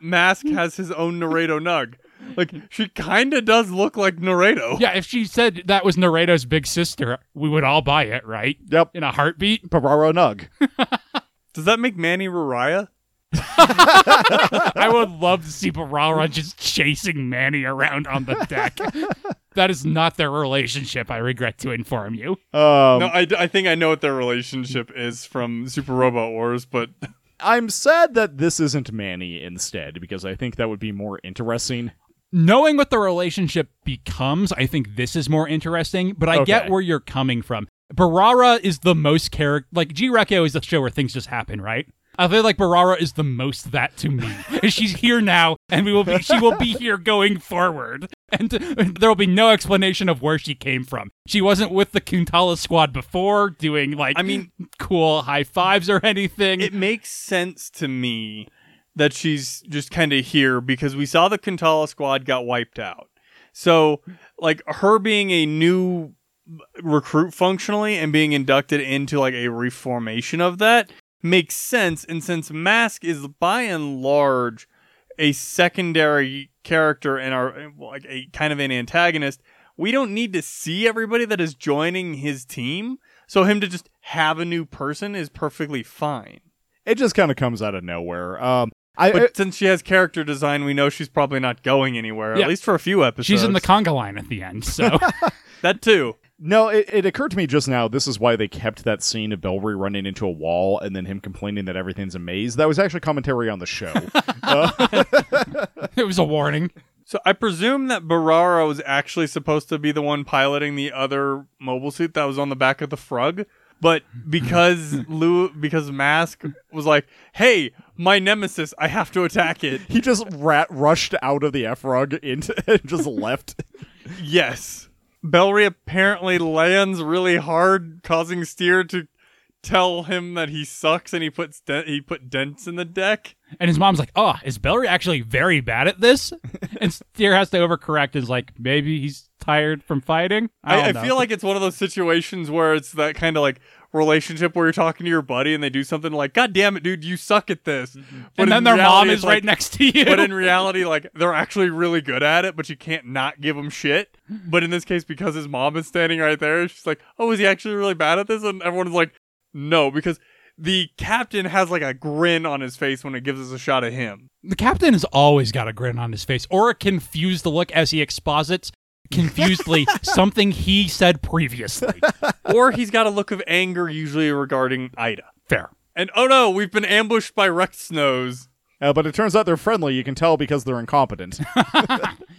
C: Mask has his own Naruto Nug. Like she kind of does look like Naruto.
A: Yeah, if she said that was Naruto's big sister, we would all buy it, right?
B: Yep.
A: In a heartbeat.
B: Barara nug.
C: Does that make Manny Raraya?
A: I would love to see Barara just chasing Manny around on the deck. that is not their relationship, I regret to inform you.
B: Um,
C: no, I, I think I know what their relationship is from Super Robot Wars, but
B: I'm sad that this isn't Manny instead, because I think that would be more interesting.
A: Knowing what the relationship becomes, I think this is more interesting, but I
B: Okay.
A: get where you're coming from. Barara is the most character. Like G Rekio is the show where things just happen, right? I feel like Barara is the most that to me. And She's here now, and we will be. She will be here going forward, and, and there will be no explanation of where she came from. She wasn't with the Kuntala squad before, doing like
C: I mean-
A: cool high fives or anything.
C: It makes sense to me that she's just kind of here because we saw the Kantala squad got wiped out. So, like, her being a new recruit functionally and being inducted into like a reformation of that makes sense. And since Mask is by and large a secondary character and our like a kind of an antagonist, we don't need to see everybody that is joining his team. So him to just have a new person is perfectly fine.
B: It just kind of comes out of nowhere. Um, I,
C: But since she has character design, we know she's probably not going anywhere,
A: Yeah.
C: at least for a few episodes.
A: She's in the conga line at the end, so
C: that too.
B: No, it, it occurred to me just now. This is why they kept that scene of Belry running into a wall and then him complaining that everything's a maze. That was actually commentary on the show.
A: it was a warning.
C: So I presume that Barara was actually supposed to be the one piloting the other mobile suit that was on the back of the frog, but because Lou, because Mask was like, "Hey, my nemesis, I have to attack it."
B: he just rat rushed out of the Efrog into and just left.
C: Yes. Bellry apparently lands really hard, causing Steer to tell him that he sucks, and he puts de- he put dents in the deck.
A: And his mom's like, "Oh, is Bellary actually very bad at this?" And Steer has to overcorrect. Is like, maybe he's tired from fighting.
C: I, I,
A: don't know.
C: feel like it's one of those situations where it's that kind of like relationship where you're talking to your buddy and they do something like, "God damn it, dude, you suck at this,"
A: Mm-hmm. and then
C: in
A: their
C: reality,
A: mom
C: it's
A: is
C: like-
A: right next to you.
C: But in reality, like they're actually really good at it, but you can't not give them shit.
A: Mm-hmm.
C: But in this case, because his mom is standing right there, she's like, "Oh, is he actually really bad at this?" And everyone's like, "No," because the captain has like a grin on his face when it gives us a shot at him.
A: the captain has always got a grin on his face or a confused look as he exposits confusedly something he said previously.
C: or he's got a look of anger, usually regarding Ida.
A: Fair.
C: And oh no, we've been ambushed by Rex Snows.
B: Uh, but it turns out they're friendly. You can tell because they're incompetent.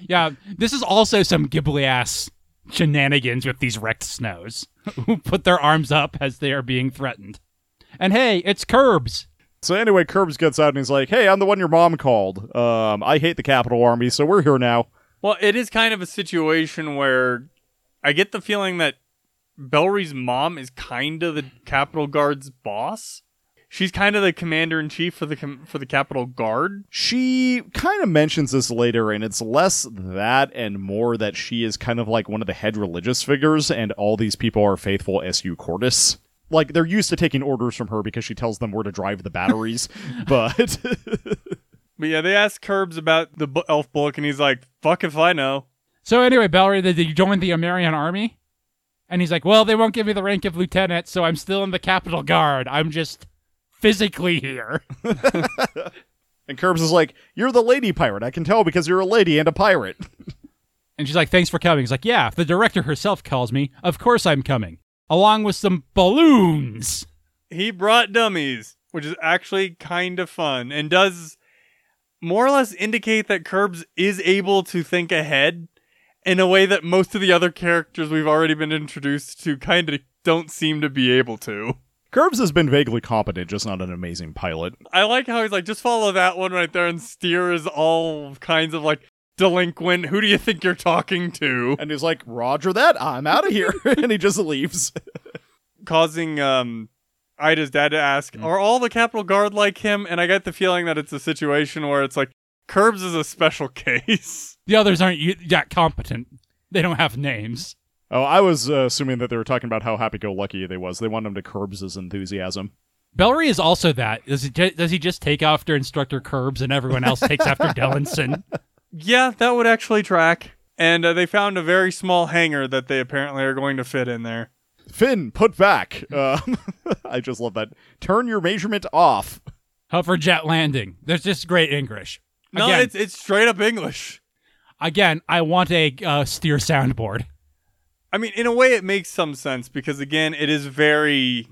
A: Yeah, this is also some Ghibli ass shenanigans with these wrecked snows who put their arms up as they are being threatened. And hey, it's Curbs.
B: so anyway, Curbs gets out and he's like, "Hey, I'm the one your mom called. Um, I hate the Capital Army, so we're here now."
C: Well, it is kind of a situation where I get the feeling that Bellry's mom is kind of the Capitol Guard's boss. She's kind of the commander in chief for the com- for the Capitol Guard.
B: She kind of mentions this later, and it's less that and more that she is kind of like one of the head religious figures, and all these people are faithful SU Cordis. Like, they're used to taking orders from her because she tells them where to drive the batteries, but
C: But yeah, they asked Curbs about the bu- elf book, and he's like, "Fuck if I know."
A: So anyway, Bellary, did you join the Amerian army? And he's like, well, they won't give me the rank of lieutenant, so I'm still in the Capitol Guard. I'm just physically here.
B: And Curbs is like, You're the lady pirate. I can tell because you're a lady and a pirate.
A: And she's like, thanks for coming. He's like, yeah, if the director herself calls me, of course I'm coming. Along with some balloons.
C: He brought dummies, which is actually kind of fun, and does more or less indicate that Curbs is able to think ahead in a way that most of the other characters we've already been introduced to kind of don't seem to be able to.
B: Curbs has been vaguely competent, just not an amazing pilot.
C: I like how he's like, just follow that one right there, and Steer is all kinds of like delinquent. Who do you think you're talking to?
B: And he's like, Roger that. I'm out of here. and he just leaves.
C: Causing um, Ida's dad to ask, are all the Capitol Guard like him? And I get the feeling that it's a situation where it's like, Curbs is a special case.
A: The others aren't y- that competent. They don't have names.
B: Oh, I was uh, assuming that they were talking about how happy go lucky they was. They wanted him to Curbs his enthusiasm.
A: Bellary is also that. Does he, ju- does he just take after Instructor Curbs and everyone else takes after Dellinson?
C: Yeah, that would actually track. And uh, they found a very small hangar that they apparently are going to fit in there.
B: Finn, put back. Um, I just love that. Turn your measurement off.
A: Hub for jet landing. There's just great English.
C: No,
A: Again.
C: it's it's straight up English.
A: Again, I want a uh, steer soundboard.
C: I mean, in a way, it makes some sense because, again, it is very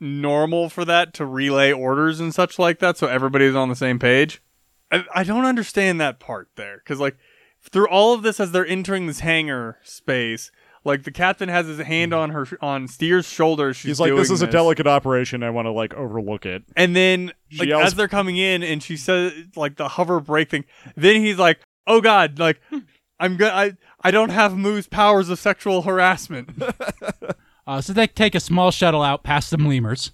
C: normal for that to relay orders and such like that, so everybody's on the same page. I, I don't understand that part there because, like, through all of this, as they're entering this hangar space, Like the captain has his hand on her on Steer's shoulder. She's
B: Mm-hmm. He's like, this
C: doing
B: is a delicate operation. I want to like overlook it.
C: And then
B: She
C: like
B: yells-
C: as they're coming in, and she says like the hover brake thing. Then he's like, "Oh God, like
B: Hmm.
C: I'm gonna I I don't have Moo's powers of sexual harassment."
A: Uh, so they take a small shuttle out past some lemurs.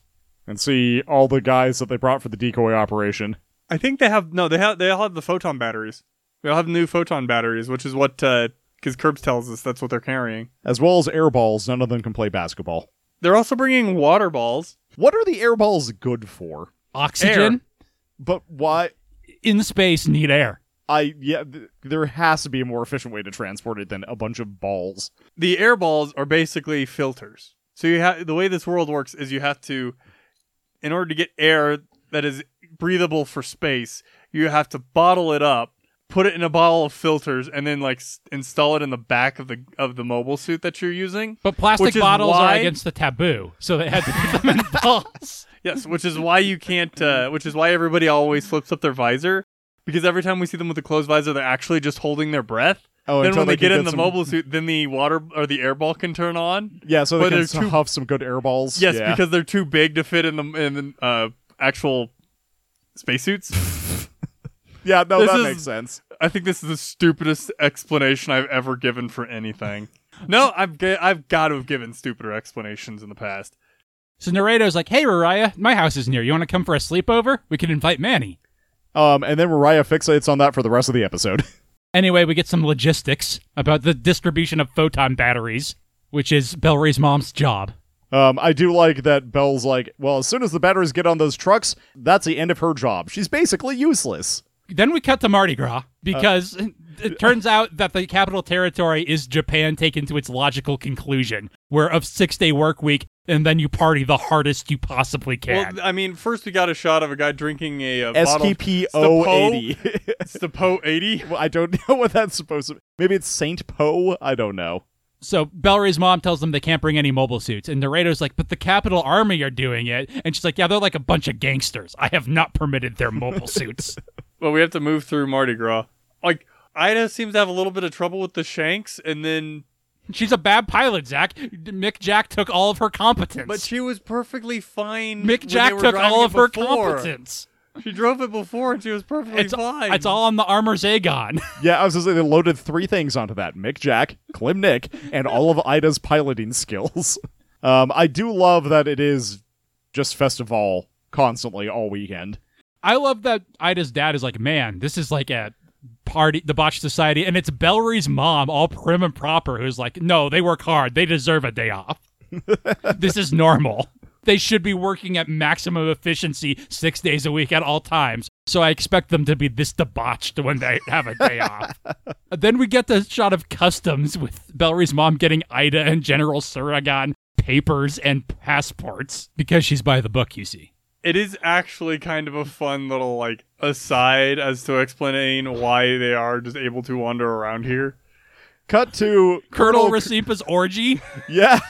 B: And see all the guys that they brought for the decoy operation.
C: I think they have no. They have they all have the photon batteries. They all have new photon batteries, which is what because Curbs tells us that's what they're carrying.
B: As well as air balls, none of them can play basketball.
C: They're also bringing water balls.
B: What are the air balls good for?
A: Oxygen
B: But why?
A: in space need air.
B: I yeah, th- there has to be a more efficient way to transport it than a bunch of balls.
C: The air balls are basically filters. So you have the way this world works is you have to, in order to get air that is breathable for space, you have to bottle it up, put it in a bottle of filters, and then like s- install it in the back of the of the mobile suit that you're using.
A: But plastic
C: Which is
A: bottles
C: why-
A: are against the taboo, so they had to put them in balls.
C: Yes, which is why you can't. Uh, which is why everybody always flips up their visor, because every time we see them with a closed visor, they're actually just holding their breath.
B: Oh,
C: then
B: until
C: when they,
B: they can
C: get, in
B: get
C: the
B: some-
C: mobile suit, then the water or the air ball can turn on.
B: Yeah, so
C: But
B: they can
C: they're
B: s-
C: too-
B: huff some good air balls.
C: Yes,
B: Yeah.
C: because they're too big to fit in the in the, uh, actual spacesuits.
B: yeah, no,
C: this
B: that
C: is-
B: makes sense.
C: I think this is the stupidest explanation I've ever given for anything. No, I've g I've got to have given stupider explanations in the past.
A: So Naredo's like, "Hey, Raraya, my house is near. You want to come for a sleepover? We can invite Manny."
B: Um, and then Mariah fixates on that for the rest of the episode.
A: Anyway, we get some logistics about the distribution of photon batteries, which is Bellry's mom's job.
B: Um, I do like that Belle's like, well, as soon as the batteries get on those trucks, that's the end of her job. She's basically useless.
A: Then we cut to Mardi
C: Uh,
A: Gras because it turns out that the capital territory is Japan taken to its logical conclusion, where of six day work week, and then you party the hardest you possibly can.
C: Well, I mean, first we got a shot of a guy drinking a, uh bottle
B: STPO80.
C: Stapo eighty.
B: Well, I don't know what that's supposed to be. Maybe it's Saint Poe? I don't know.
A: so Bellry's mom tells them they can't bring any mobile suits, and Naredo's like, "But the capital army are doing it," and she's like, "Yeah, they're like a bunch of gangsters. I have not permitted their mobile suits."
C: Well, we have to move through Mardi Gras. Like Ida seems to have a little bit of trouble with the Shanks, and then
A: She's a bad pilot, Zach. Mick Jack took all of her competence.
C: but she was perfectly fine. when
A: Mick
C: they
A: Jack
C: were
A: took
C: driving
A: all
C: it
A: of her
C: before.
A: competence.
C: She drove it before and she was perfectly
A: It's,
C: fine.
A: it's all on the armor Zagon.
B: Yeah, I was just saying they loaded three things onto that: Mick Jack, Clem Nick, and all of Ida's piloting skills. Um, I do love that it is just festival constantly all weekend.
A: I love that Ida's dad is like, man, this is like a party, the botch society, and it's Bellry's mom, all prim and proper, who's like, no, they work hard, they deserve a day off. this is normal. They should be working at maximum efficiency six days a week at all times. So I expect them to be this debauched when they have a day off. then we get the shot of customs with Bellry's mom getting Ida and General Suragon papers and passports because she's by the book, you see.
C: it is actually kind of a fun little like aside as to explaining why they are just able to wander around here.
B: Cut to
A: Colonel Rasipa's orgy.
B: Yeah.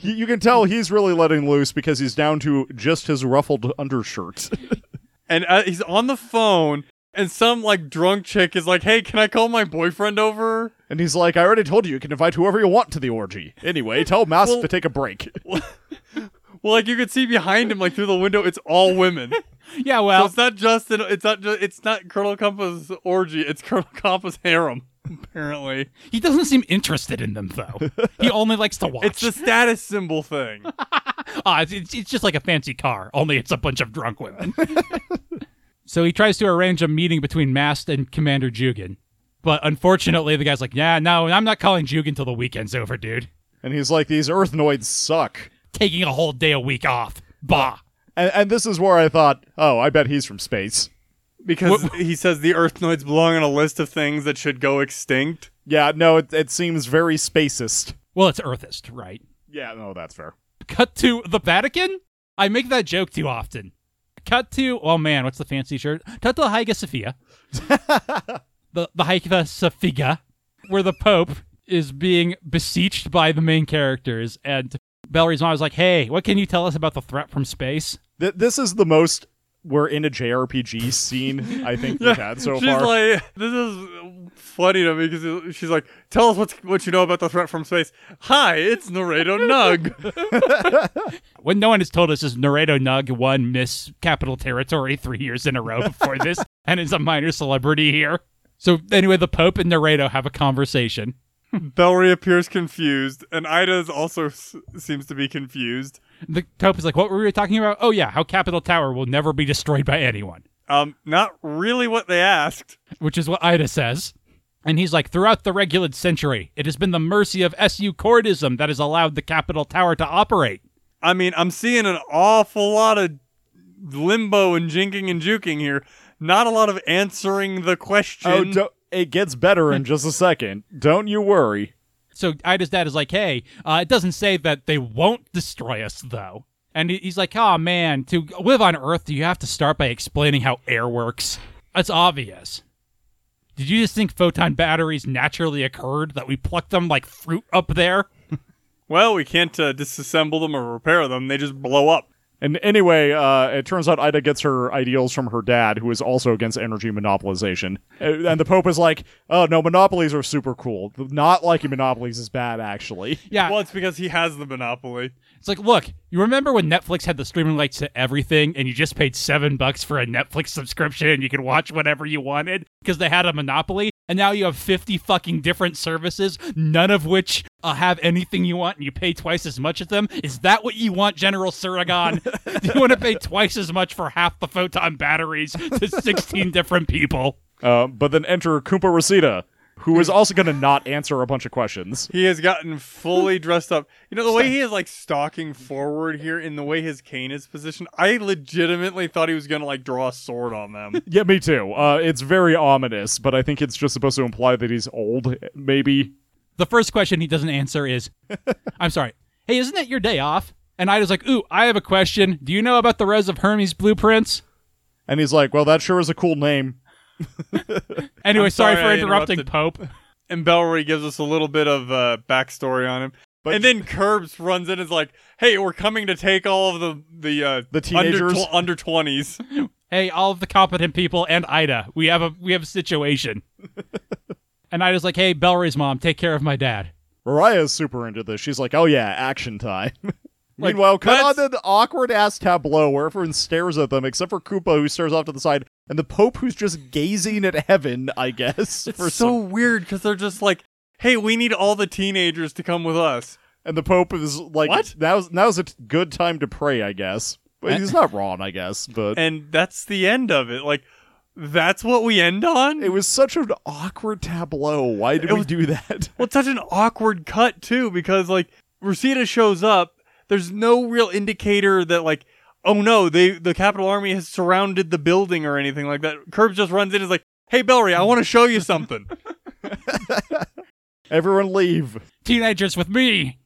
B: you you can tell he's really letting loose because he's down to just his ruffled undershirt.
C: And uh, he's on the phone and some like drunk chick is like, "Hey, can I call my boyfriend over?"
B: And he's like, I already told you, you can invite whoever you want to the orgy. Anyway, tell Mask
C: Well-
B: to take a break.
C: Well, like you could see behind him like through the window, it's all women.
A: Yeah,
C: so
A: well,
C: it's not just an, it's not just, it's not Colonel Compa's orgy, it's Colonel Compa's harem apparently.
A: he doesn't seem interested in them though. he only likes to watch.
C: It's the status symbol thing.
A: Ah, it's, it's, it's just like a fancy car, only it's a bunch of drunk women. so he tries to arrange a meeting between Mast and Commander Jugan. But unfortunately, the guy's like, yeah, no, I'm not calling Jugan till the weekend's over, dude.
B: And he's like, these Earthnoids suck.
A: Taking a whole day a week off. Bah.
B: And, and this is where I thought, oh, I bet he's from space.
C: Because he says the Earthnoids belong on a list of things that should go extinct.
B: Yeah, no, it, it seems very spacist.
A: Well, it's Earthist, right?
B: Yeah, no, that's fair.
A: Cut to the Vatican? I make that joke too often. Cut to, oh man, what's the fancy shirt? Cut to the Hagia Sophia. the the Hagia Sophia, where the Pope is being beseeched by the main characters. And Valerie's mom is like, hey, what can you tell us about the threat from space?
B: Th- this is the most we're in a JRPG scene. I think we've had so
C: she's
B: far.
C: like, this is funny to me because she's like, tell us what what you know about the threat from space. Hi, it's Naruto Nug.
A: When no one has told us is Naruto Nug won Miss Capital Territory three years in a row before this and is a minor celebrity here. So anyway, the Pope and Naruto have a conversation.
C: Bellry appears confused, and Ida is also s- seems to be confused.
A: The Pope is like, What were we talking about? Oh yeah, how Capitol Tower will never be destroyed by anyone.
C: Um, not really what they asked.
A: which is what Ida says. And he's like, throughout the regulate century, it has been the mercy of SU Cordism that has allowed the Capitol Tower to operate.
C: I mean, I'm seeing an awful lot of limbo and jinking and juking here. Not a lot of answering the question.
B: oh, don't- it gets better in just a second. Don't you worry.
A: So Ida's dad is like, hey, uh, it doesn't say that they won't destroy us, though. And he- he's like, oh man, to live on Earth, you have to start by explaining how air works. That's obvious. Did you just think photon batteries naturally occurred, that we plucked them like fruit up there?
C: well, we can't uh, disassemble them or repair them. They just blow up.
B: And anyway, uh, it turns out Ida gets her ideals from her dad, who is also against energy monopolization. Uh, And the Pope is like, "Oh no, monopolies are super cool. Not liking monopolies is bad, actually."
A: Yeah.
C: Well, it's because he has the monopoly.
A: It's like, look, you remember when Netflix had the streaming rights to everything and you just paid seven bucks for a Netflix subscription and you could watch whatever you wanted because they had a monopoly? And now you have 50 fucking different services, none of which uh, have anything you want and you pay twice as much as them? Is that what you want, General Suragon? Do you want to pay twice as much for half the photon batteries to 16 different people?
B: Uh, but then enter Kumpa Rosita, who is also going to not answer a bunch of questions.
C: He has gotten fully dressed up. You know, the way he is like stalking forward here and the way his cane is positioned, I legitimately thought he was going to like draw a sword on them.
B: Yeah, me too. Uh, it's very ominous, but I think it's just supposed to imply that he's old, maybe.
A: The first question he doesn't answer is, I'm sorry, hey, isn't it your day off? And Ida's like, ooh, I have a question. Do you know about the Res of Hermes blueprints?
B: And he's like, "Well, that sure is a cool name."
A: Anyway,
C: I'm
A: sorry,
C: sorry I
A: for interrupting, Pope.
C: and Bellroy gives us a little bit of uh, backstory on him.
B: But-
C: and then Curbs runs in and is like, "Hey, we're coming to take all of the the uh,
B: The teenagers?
C: under, tw- under 20s."
A: Hey, all of the competent people and Ida, we have a we have a situation. and Ida's like, hey, Bellry's mom, take care of my dad.
B: Raya's super into this. She's like, "Oh yeah, action time." Meanwhile, cut on
C: that's-
B: to the awkward ass tableau where everyone stares at them except for Koopa, who stares off to the side, and the Pope, who's just gazing at heaven. I guess.
C: It's
B: for
C: so
B: some-
C: weird cuz they're just like, "Hey, we need all the teenagers to come with us."
B: and the Pope is like,
C: What? Eh.
B: Now's now's a t- good time to pray, I guess." But he's not wrong, I guess. But
C: And that's the end of it. Like that's what we end on?
B: it was such an awkward tableau. Why did
C: It
B: we
C: was-
B: do that?
C: Well, it's such an awkward cut too because like Rosita shows up. There's no real indicator that like, oh no, they the Capitol Army has surrounded the building or anything like that. Curbs just runs in and is like, "Hey, Bellry, I want to show you something."
B: Everyone leave.
A: Teenagers with me.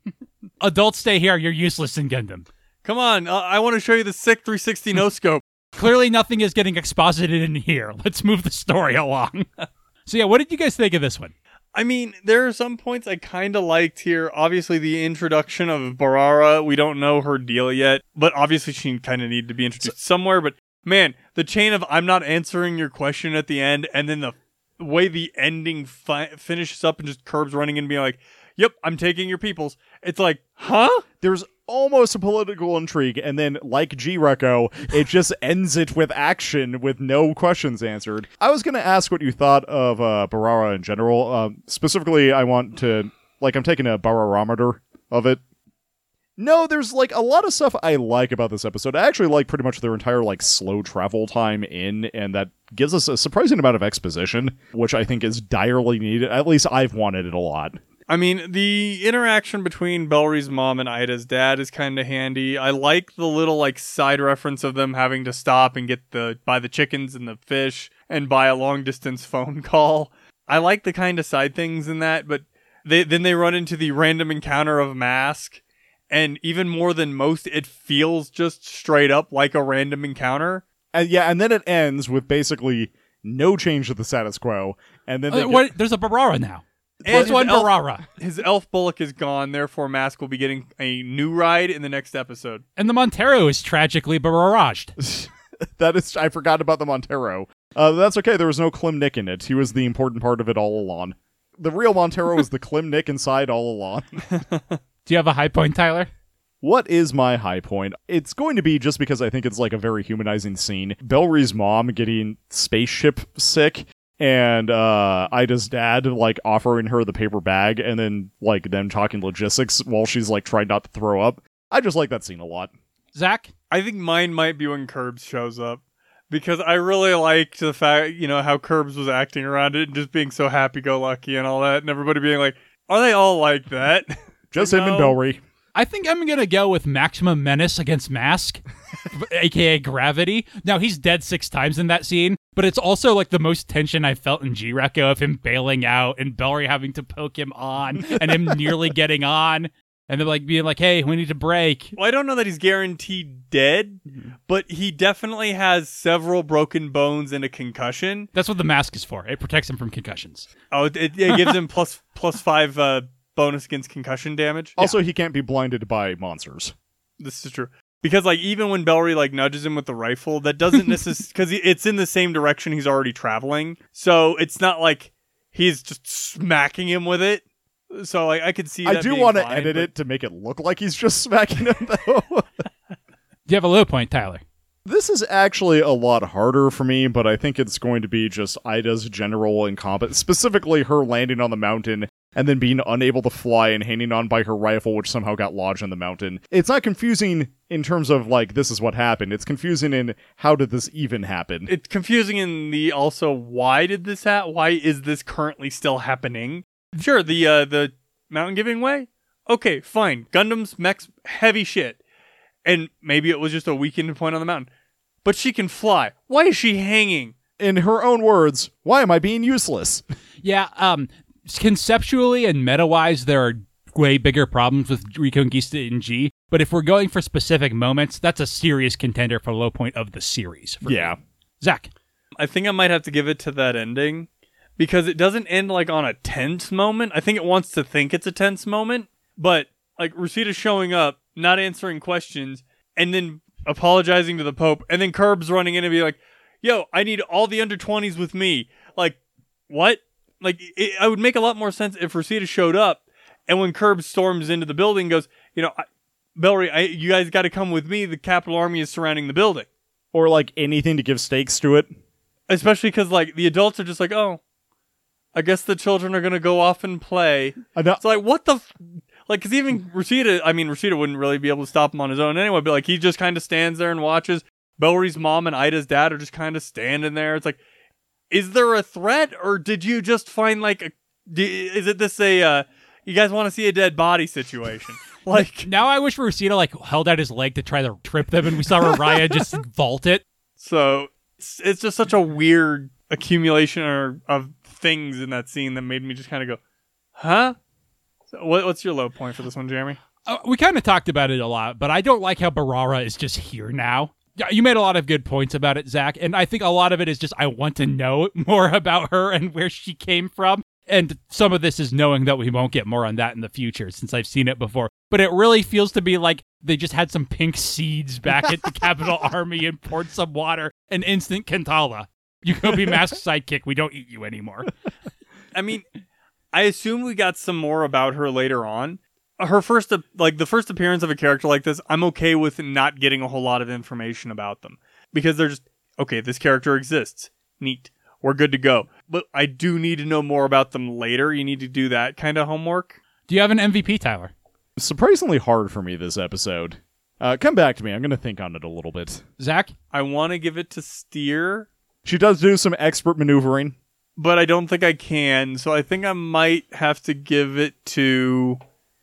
A: Adults stay here, you're useless in Gundam.
C: Come on, uh, I want to show you the sick 360 no scope.
A: Clearly nothing is getting exposited in here. Let's move the story along. so yeah, what did you guys think of this one?
C: I mean, there are some points I kind of liked here. Obviously, the introduction of Barara, we don't know her deal yet, but obviously she kind of needed to be introduced somewhere. But man, the chain of I'm not answering your question at the end, and then the way the ending fi- finishes up and just curbs running in and being like, "Yep, I'm taking your peoples." It's like, huh?
B: there's almost a political intrigue, and then, like G Reco, it just ends it with action with no questions answered. I was going to ask what you thought of uh, Barara in general. Um, specifically, I want to, like, I'm taking a barometer of it. No, there's like a lot of stuff I like about this episode. I actually like pretty much their entire like slow travel time in, and that gives us a surprising amount of exposition, which I think is direly needed. At least I've wanted it a lot.
C: I mean, the interaction between Bellry's mom and Ida's dad is kind of handy. I like the little like side reference of them having to stop and get the buy the chickens and the fish and buy a long distance phone call. I like the kind of side things in that, but they then they run into the random encounter of Mask, and even more than most, it feels just straight up like a random encounter.
B: And yeah, and then it ends with basically no change to the status quo, and then they
A: Uh,
B: get-
A: what- there's a Barara now.
C: And
A: Plus one
C: his elf-
A: Barara.
C: His elf bullock is gone, therefore Mask will be getting a new ride in the next episode.
A: And the Montero is tragically barraged.
B: that is, I forgot about the Montero. Uh, that's okay. There was no Klimnik in it. He was the important part of it all along. The real Montero was the Klimnik inside all along.
A: Do you have a high point, Tyler?
B: What is my high point? It's going to be just because I think it's like a very humanizing scene. Bellry's mom getting spaceship sick and uh Ida's dad like offering her the paper bag and then like them talking logistics while she's like trying not to throw up. I just like that scene a lot.
A: Zach?
C: I think mine might be when Curbs shows up because I really liked the fact, you know, how Curbs was acting around it and just being so happy go lucky and all that, and everybody being like, are they all like that?
B: Just
C: I
B: him and
C: know.
B: Bellry.
A: I think I'm going to go with Maximum Menace against Mask, aka Gravity. Now, he's dead six times in that scene, but it's also like the most tension I felt in G Reco of him bailing out and Bellry having to poke him on and him nearly getting on. And then like being like, hey, we need to break.
C: Well, I don't know that he's guaranteed dead, but he definitely has several broken bones and a concussion.
A: That's what the mask is for. It protects him from concussions.
C: Oh, it, it, it gives him plus plus five uh, bonus against concussion damage.
B: Also, he can't be blinded by monsters.
C: This is true. Because like even when Bellry like nudges him with the rifle, that doesn't necessarily because it's in the same direction he's already traveling. So it's not like he's just smacking him with it. So like I could see.
B: I
C: that
B: do
C: being
B: want to
C: fine,
B: edit
C: but-
B: it to make it look like he's just smacking him, though.
A: Do you have a low point, Tyler?
B: this is actually a lot harder for me, but I think it's going to be just Ida's general incompetence, specifically her landing on the mountain and then being unable to fly and hanging on by her rifle, which somehow got lodged in the mountain. It's not confusing in terms of, like, this is what happened. It's confusing in how did this even happen?
C: It's confusing in the also why did this happen? Why is this currently still happening? Sure, the uh, the mountain giving way. Okay, fine. Gundams mechs heavy shit, and maybe it was just a weakened point on the mountain. But she can fly. Why is she hanging?
B: In her own words, why am I being useless?
A: Yeah, um conceptually and meta-wise there are way bigger problems with Reconquista in G, but if we're going for specific moments, that's a serious contender for low point of the series. For
B: yeah.
A: Zach.
C: I think I might have to give it to that ending because it doesn't end like on a tense moment. I think it wants to think it's a tense moment, but like Rosita showing up, not answering questions, and then apologizing to the Pope, and then Curbs running in and be like, "Yo, I need all the under twenties with me." Like, what? Like, it, I would make a lot more sense if Rosita showed up, and when Curbs storms into the building, and goes, "You know, I, Bellry, I, you guys got to come with me. The Capital Army is surrounding the building."
B: Or, like, anything to give stakes to it.
C: especially because like the adults are just like oh i guess the children are gonna go off and play
B: Ano-
C: it's like what the f-? like because even Rashida, i mean Rashida wouldn't really be able to stop him on his own anyway but like he just kind of stands there and watches Bowery's mom and ida's dad are just kind of standing there it's like is there a threat or did you just find like a d- is it this a uh, you guys want to see a dead body situation like
A: Now I wish Rusita like held out his leg to try to trip them and we saw Raya just vault it.
C: So it's, it's just such a weird accumulation or, of things in that scene that made me just kind of go, huh? So what, what's your low point for this one, Jeremy?
A: Uh, we kind of talked about it a lot, but I don't like how Barara is just here now. Yeah, You made a lot of good points about it, Zach, and I think a lot of it is just I want to know more about her and where she came from. And some of this is knowing that we won't get more on that in the future since I've seen it before. But it really feels to be like they just had some pink seeds back at the Capital Army and poured some water and instant Kantala. You go be mask sidekick. We don't eat you anymore.
C: I mean, I assume we got some more about her later on. Her first, ap- like the first appearance of a character like this, I'm okay with not getting a whole lot of information about them because they're just okay. This character exists. Neat. We're good to go. But I do need to know more about them later. You need to do that kind of homework.
A: Do you have an MVP, Tyler?
B: Surprisingly hard for me this episode. Uh, come back to me. I'm going to think on it a little bit.
A: Zach?
C: I want to give it to Steer
B: She does do some expert maneuvering.
C: but I don't think I can. So I think I might have to give it to.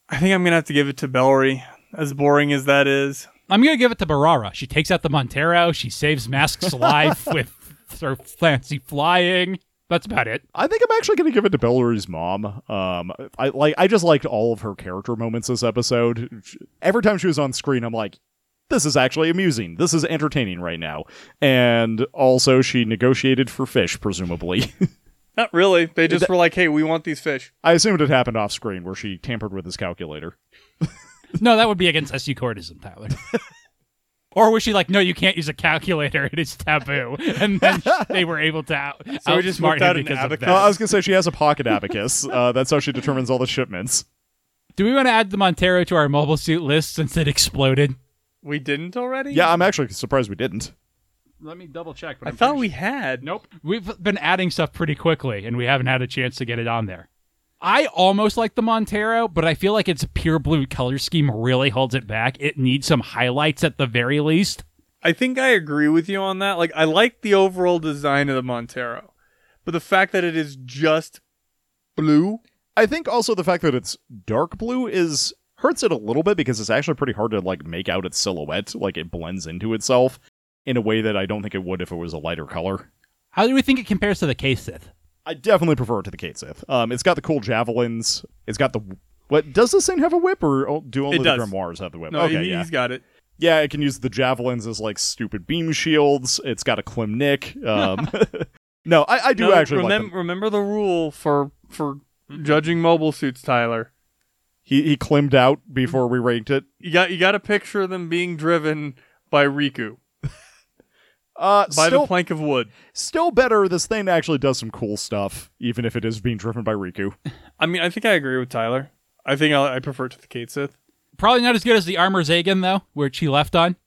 C: I think I'm gonna have to give it to Bellary. As boring as that is,
A: I'm gonna give it to Barara. She takes out the Montero. She saves Mask's life with her fancy flying. That's about it.
B: I think I'm actually going to give it to Bellary's mom. Um, I like I just liked all of her character moments this episode. She- Every time she was on screen, I'm like, this is actually amusing. This is entertaining right now. And also, she negotiated for fish, presumably.
C: not really. They just were like, "Hey, we want these fish."
B: I assumed it happened off screen where she tampered with his calculator.
A: No, that would be against SU Cordism, Tyler. Or was she like, no, you can't use a calculator; it is taboo? And then they were able to out-
C: So we just
A: outsmart
C: whipped out
A: him
C: an
A: because of
C: abacus.
A: that.
B: Uh, I was gonna say she has a pocket abacus. Uh, that's how she determines all the shipments.
A: Do we want to add the Montero to our mobile suit list since it exploded?
C: We didn't already?
B: Yeah, I'm actually surprised we didn't.
A: Let me double check.
C: I thought we had.
A: Nope. We've been adding stuff pretty quickly, and we haven't had a chance to get it on there. I almost like the Montero, but I feel like its pure blue color scheme really holds it back. It needs some highlights at the very least.
C: I think I agree with you on that. Like, I like the overall design of the Montero, but the fact that it is just blue.
B: I think also the fact that it's dark blue is hurts it a little bit because it's actually pretty hard to like make out its silhouette. Like it blends into itself in a way that I don't think it would if it was a lighter color.
A: How do we think it compares to the K Sith?
B: I definitely prefer it to the Kate Sith. Um, it's got the cool javelins. It's got the what does this thing have a whip or o- do only
C: It
B: the
C: does.
B: grimoires have the whip?
C: No,
B: okay,
C: he,
B: yeah.
C: has got it.
B: Yeah, it can use the javelins as like stupid beam shields. It's got a Klimnik. Um, no, I, I do
C: No,
B: actually like
C: remem-
B: them.
C: remember the rule for for judging mobile suits, Tyler.
B: He he climmed out before we ranked it.
C: You got you got to picture them being driven by Riku
B: Uh,
C: by
B: still,
C: the plank of wood.
B: still better. This thing actually does some cool stuff, even if it is being driven by Riku.
C: I mean, I think I agree with Tyler. I think I, I prefer it to the Kate Sith.
A: Probably not as good as the Armor Zagan, though, which he left on.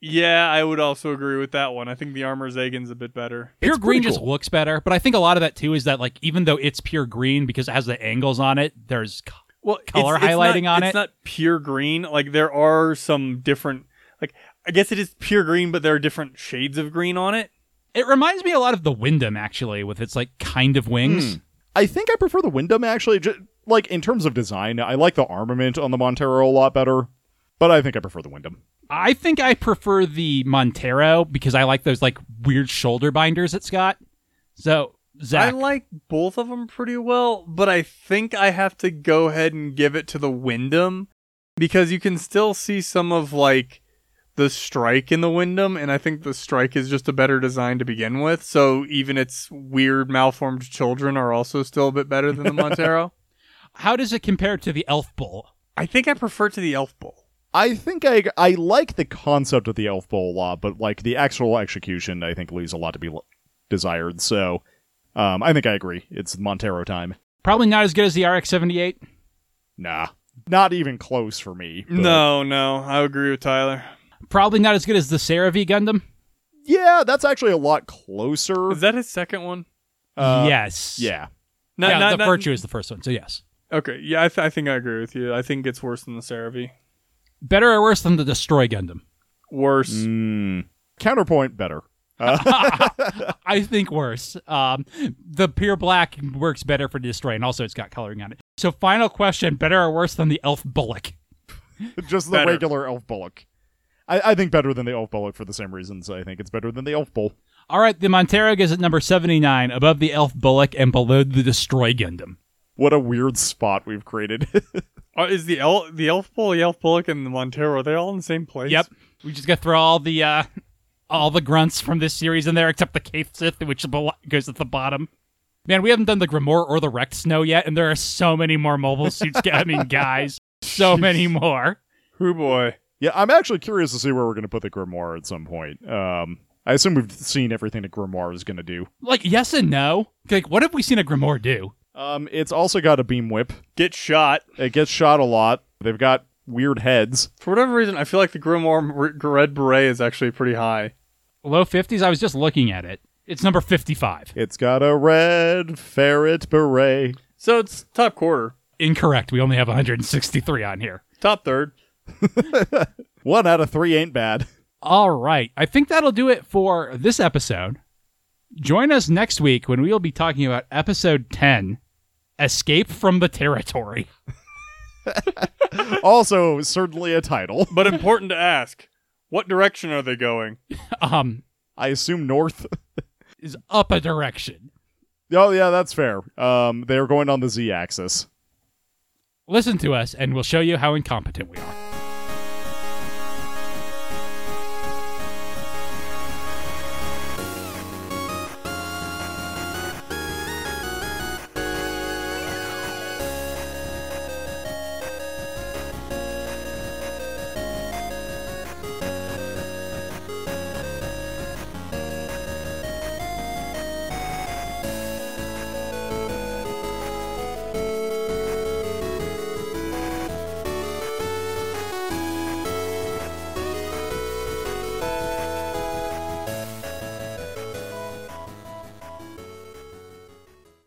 C: Yeah, I would also agree with that one. I think the armor Zagan's a bit better.
A: Pure green
B: pretty
A: just
B: cool.
A: looks better, but I think a lot of that too is that like even though it's pure green because it has the angles on it, there's
C: Well, it's-
A: Color
C: it's not-
A: highlighting on it?
C: It's not pure green. Like there are some different. Like I guess it is pure green, but there are different shades of green on it.
A: it reminds me a lot of the Wyndham actually with its like kind of wings.
B: I think I prefer the Wyndham actually. Ju- like in terms of design, I like the armament on the Montero a lot better, but I think I prefer the Wyndham.
A: I think I prefer the Montero because I like those like weird shoulder binders it's got. So Zach,
C: I like both of them pretty well, but I think I have to go ahead and give it to the Wyndham because you can still see some of like the strike in the Wyndham, and I think the strike is just a better design to begin with. So even its weird malformed children are also still a bit better than the Montero.
A: how does it compare to the Elf Bull?
C: I think I prefer to the Elf Bull.
B: I think I I like the concept of the Elf Bowl a lot, but like the actual execution, I think leaves a lot to be lo- desired. So, um, I think I agree. It's Montero time.
A: Probably not as good as the RX-78.
B: Nah, not even close for me. but-
C: No, no, I agree with Tyler.
A: Probably not as good as the Sarah V Gundam.
B: Yeah, that's actually a lot closer.
C: Is that his second one?
B: Uh,
A: yes.
B: Yeah.
C: No,
A: yeah,
C: not-
A: the
C: not-
A: Virtue is the first one, so yes.
C: Okay, yeah, I, th- I think I agree with you. I think it's worse than the Cerave.
A: Better or worse than the Destroy Gundam?
C: Worse.
B: Mm. Counterpoint better.
A: I think worse. Um, the pure black works better for Destroy, and also it's got coloring on it. So final question, better or worse than the Elf Bullock?
B: Just the
C: Better.
B: regular elf bullock. I, I think better than the elf bullock for the same reasons. I think it's better than the elf bull.
A: All right, the Montero goes at number 79, above the Elf Bullock and below the Destroy Gundam.
B: What a weird spot we've created.
C: Uh, is the El- the Elf Bull, the Elf Bullock, and the Montero are they all in the same place?
A: Yep. We just gotta throw all the uh, all the grunts from this series in there, except the Cave Sith, which belo- goes at the bottom. Man, we haven't done the Grimoire or the Wrecked Snow yet, and there are so many more mobile suits. I mean, guys, so many more.
C: Who boy?
B: yeah, I'm actually curious to see where we're going to put the grimoire at some point. Um, I assume we've seen everything the grimoire is going to do.
A: Like, yes and no. Like, what have we seen a Grimoire do?
B: Um, it's also got a beam whip.
C: Get shot.
B: It gets shot a lot. They've got weird heads.
C: For whatever reason, I feel like the Grimoire R- Red Beret is actually pretty high.
A: Low 50s? I was just looking at it. It's number 55.
B: It's got a red ferret beret.
C: So it's top quarter,
A: Incorrect. We only have 163 on here.
C: top third.
B: One out of three ain't bad.
A: All right. I think that'll do it for this episode. Join us next week when we'll be talking about episode 10 Escape from the Territory.
B: also, certainly a title.
C: But important to ask, what direction are they going?
A: Um,
B: I assume north.
A: is up a direction.
B: oh yeah, that's fair. Um, they're going on the z-axis.
A: Listen to us, and we'll show you how incompetent we are.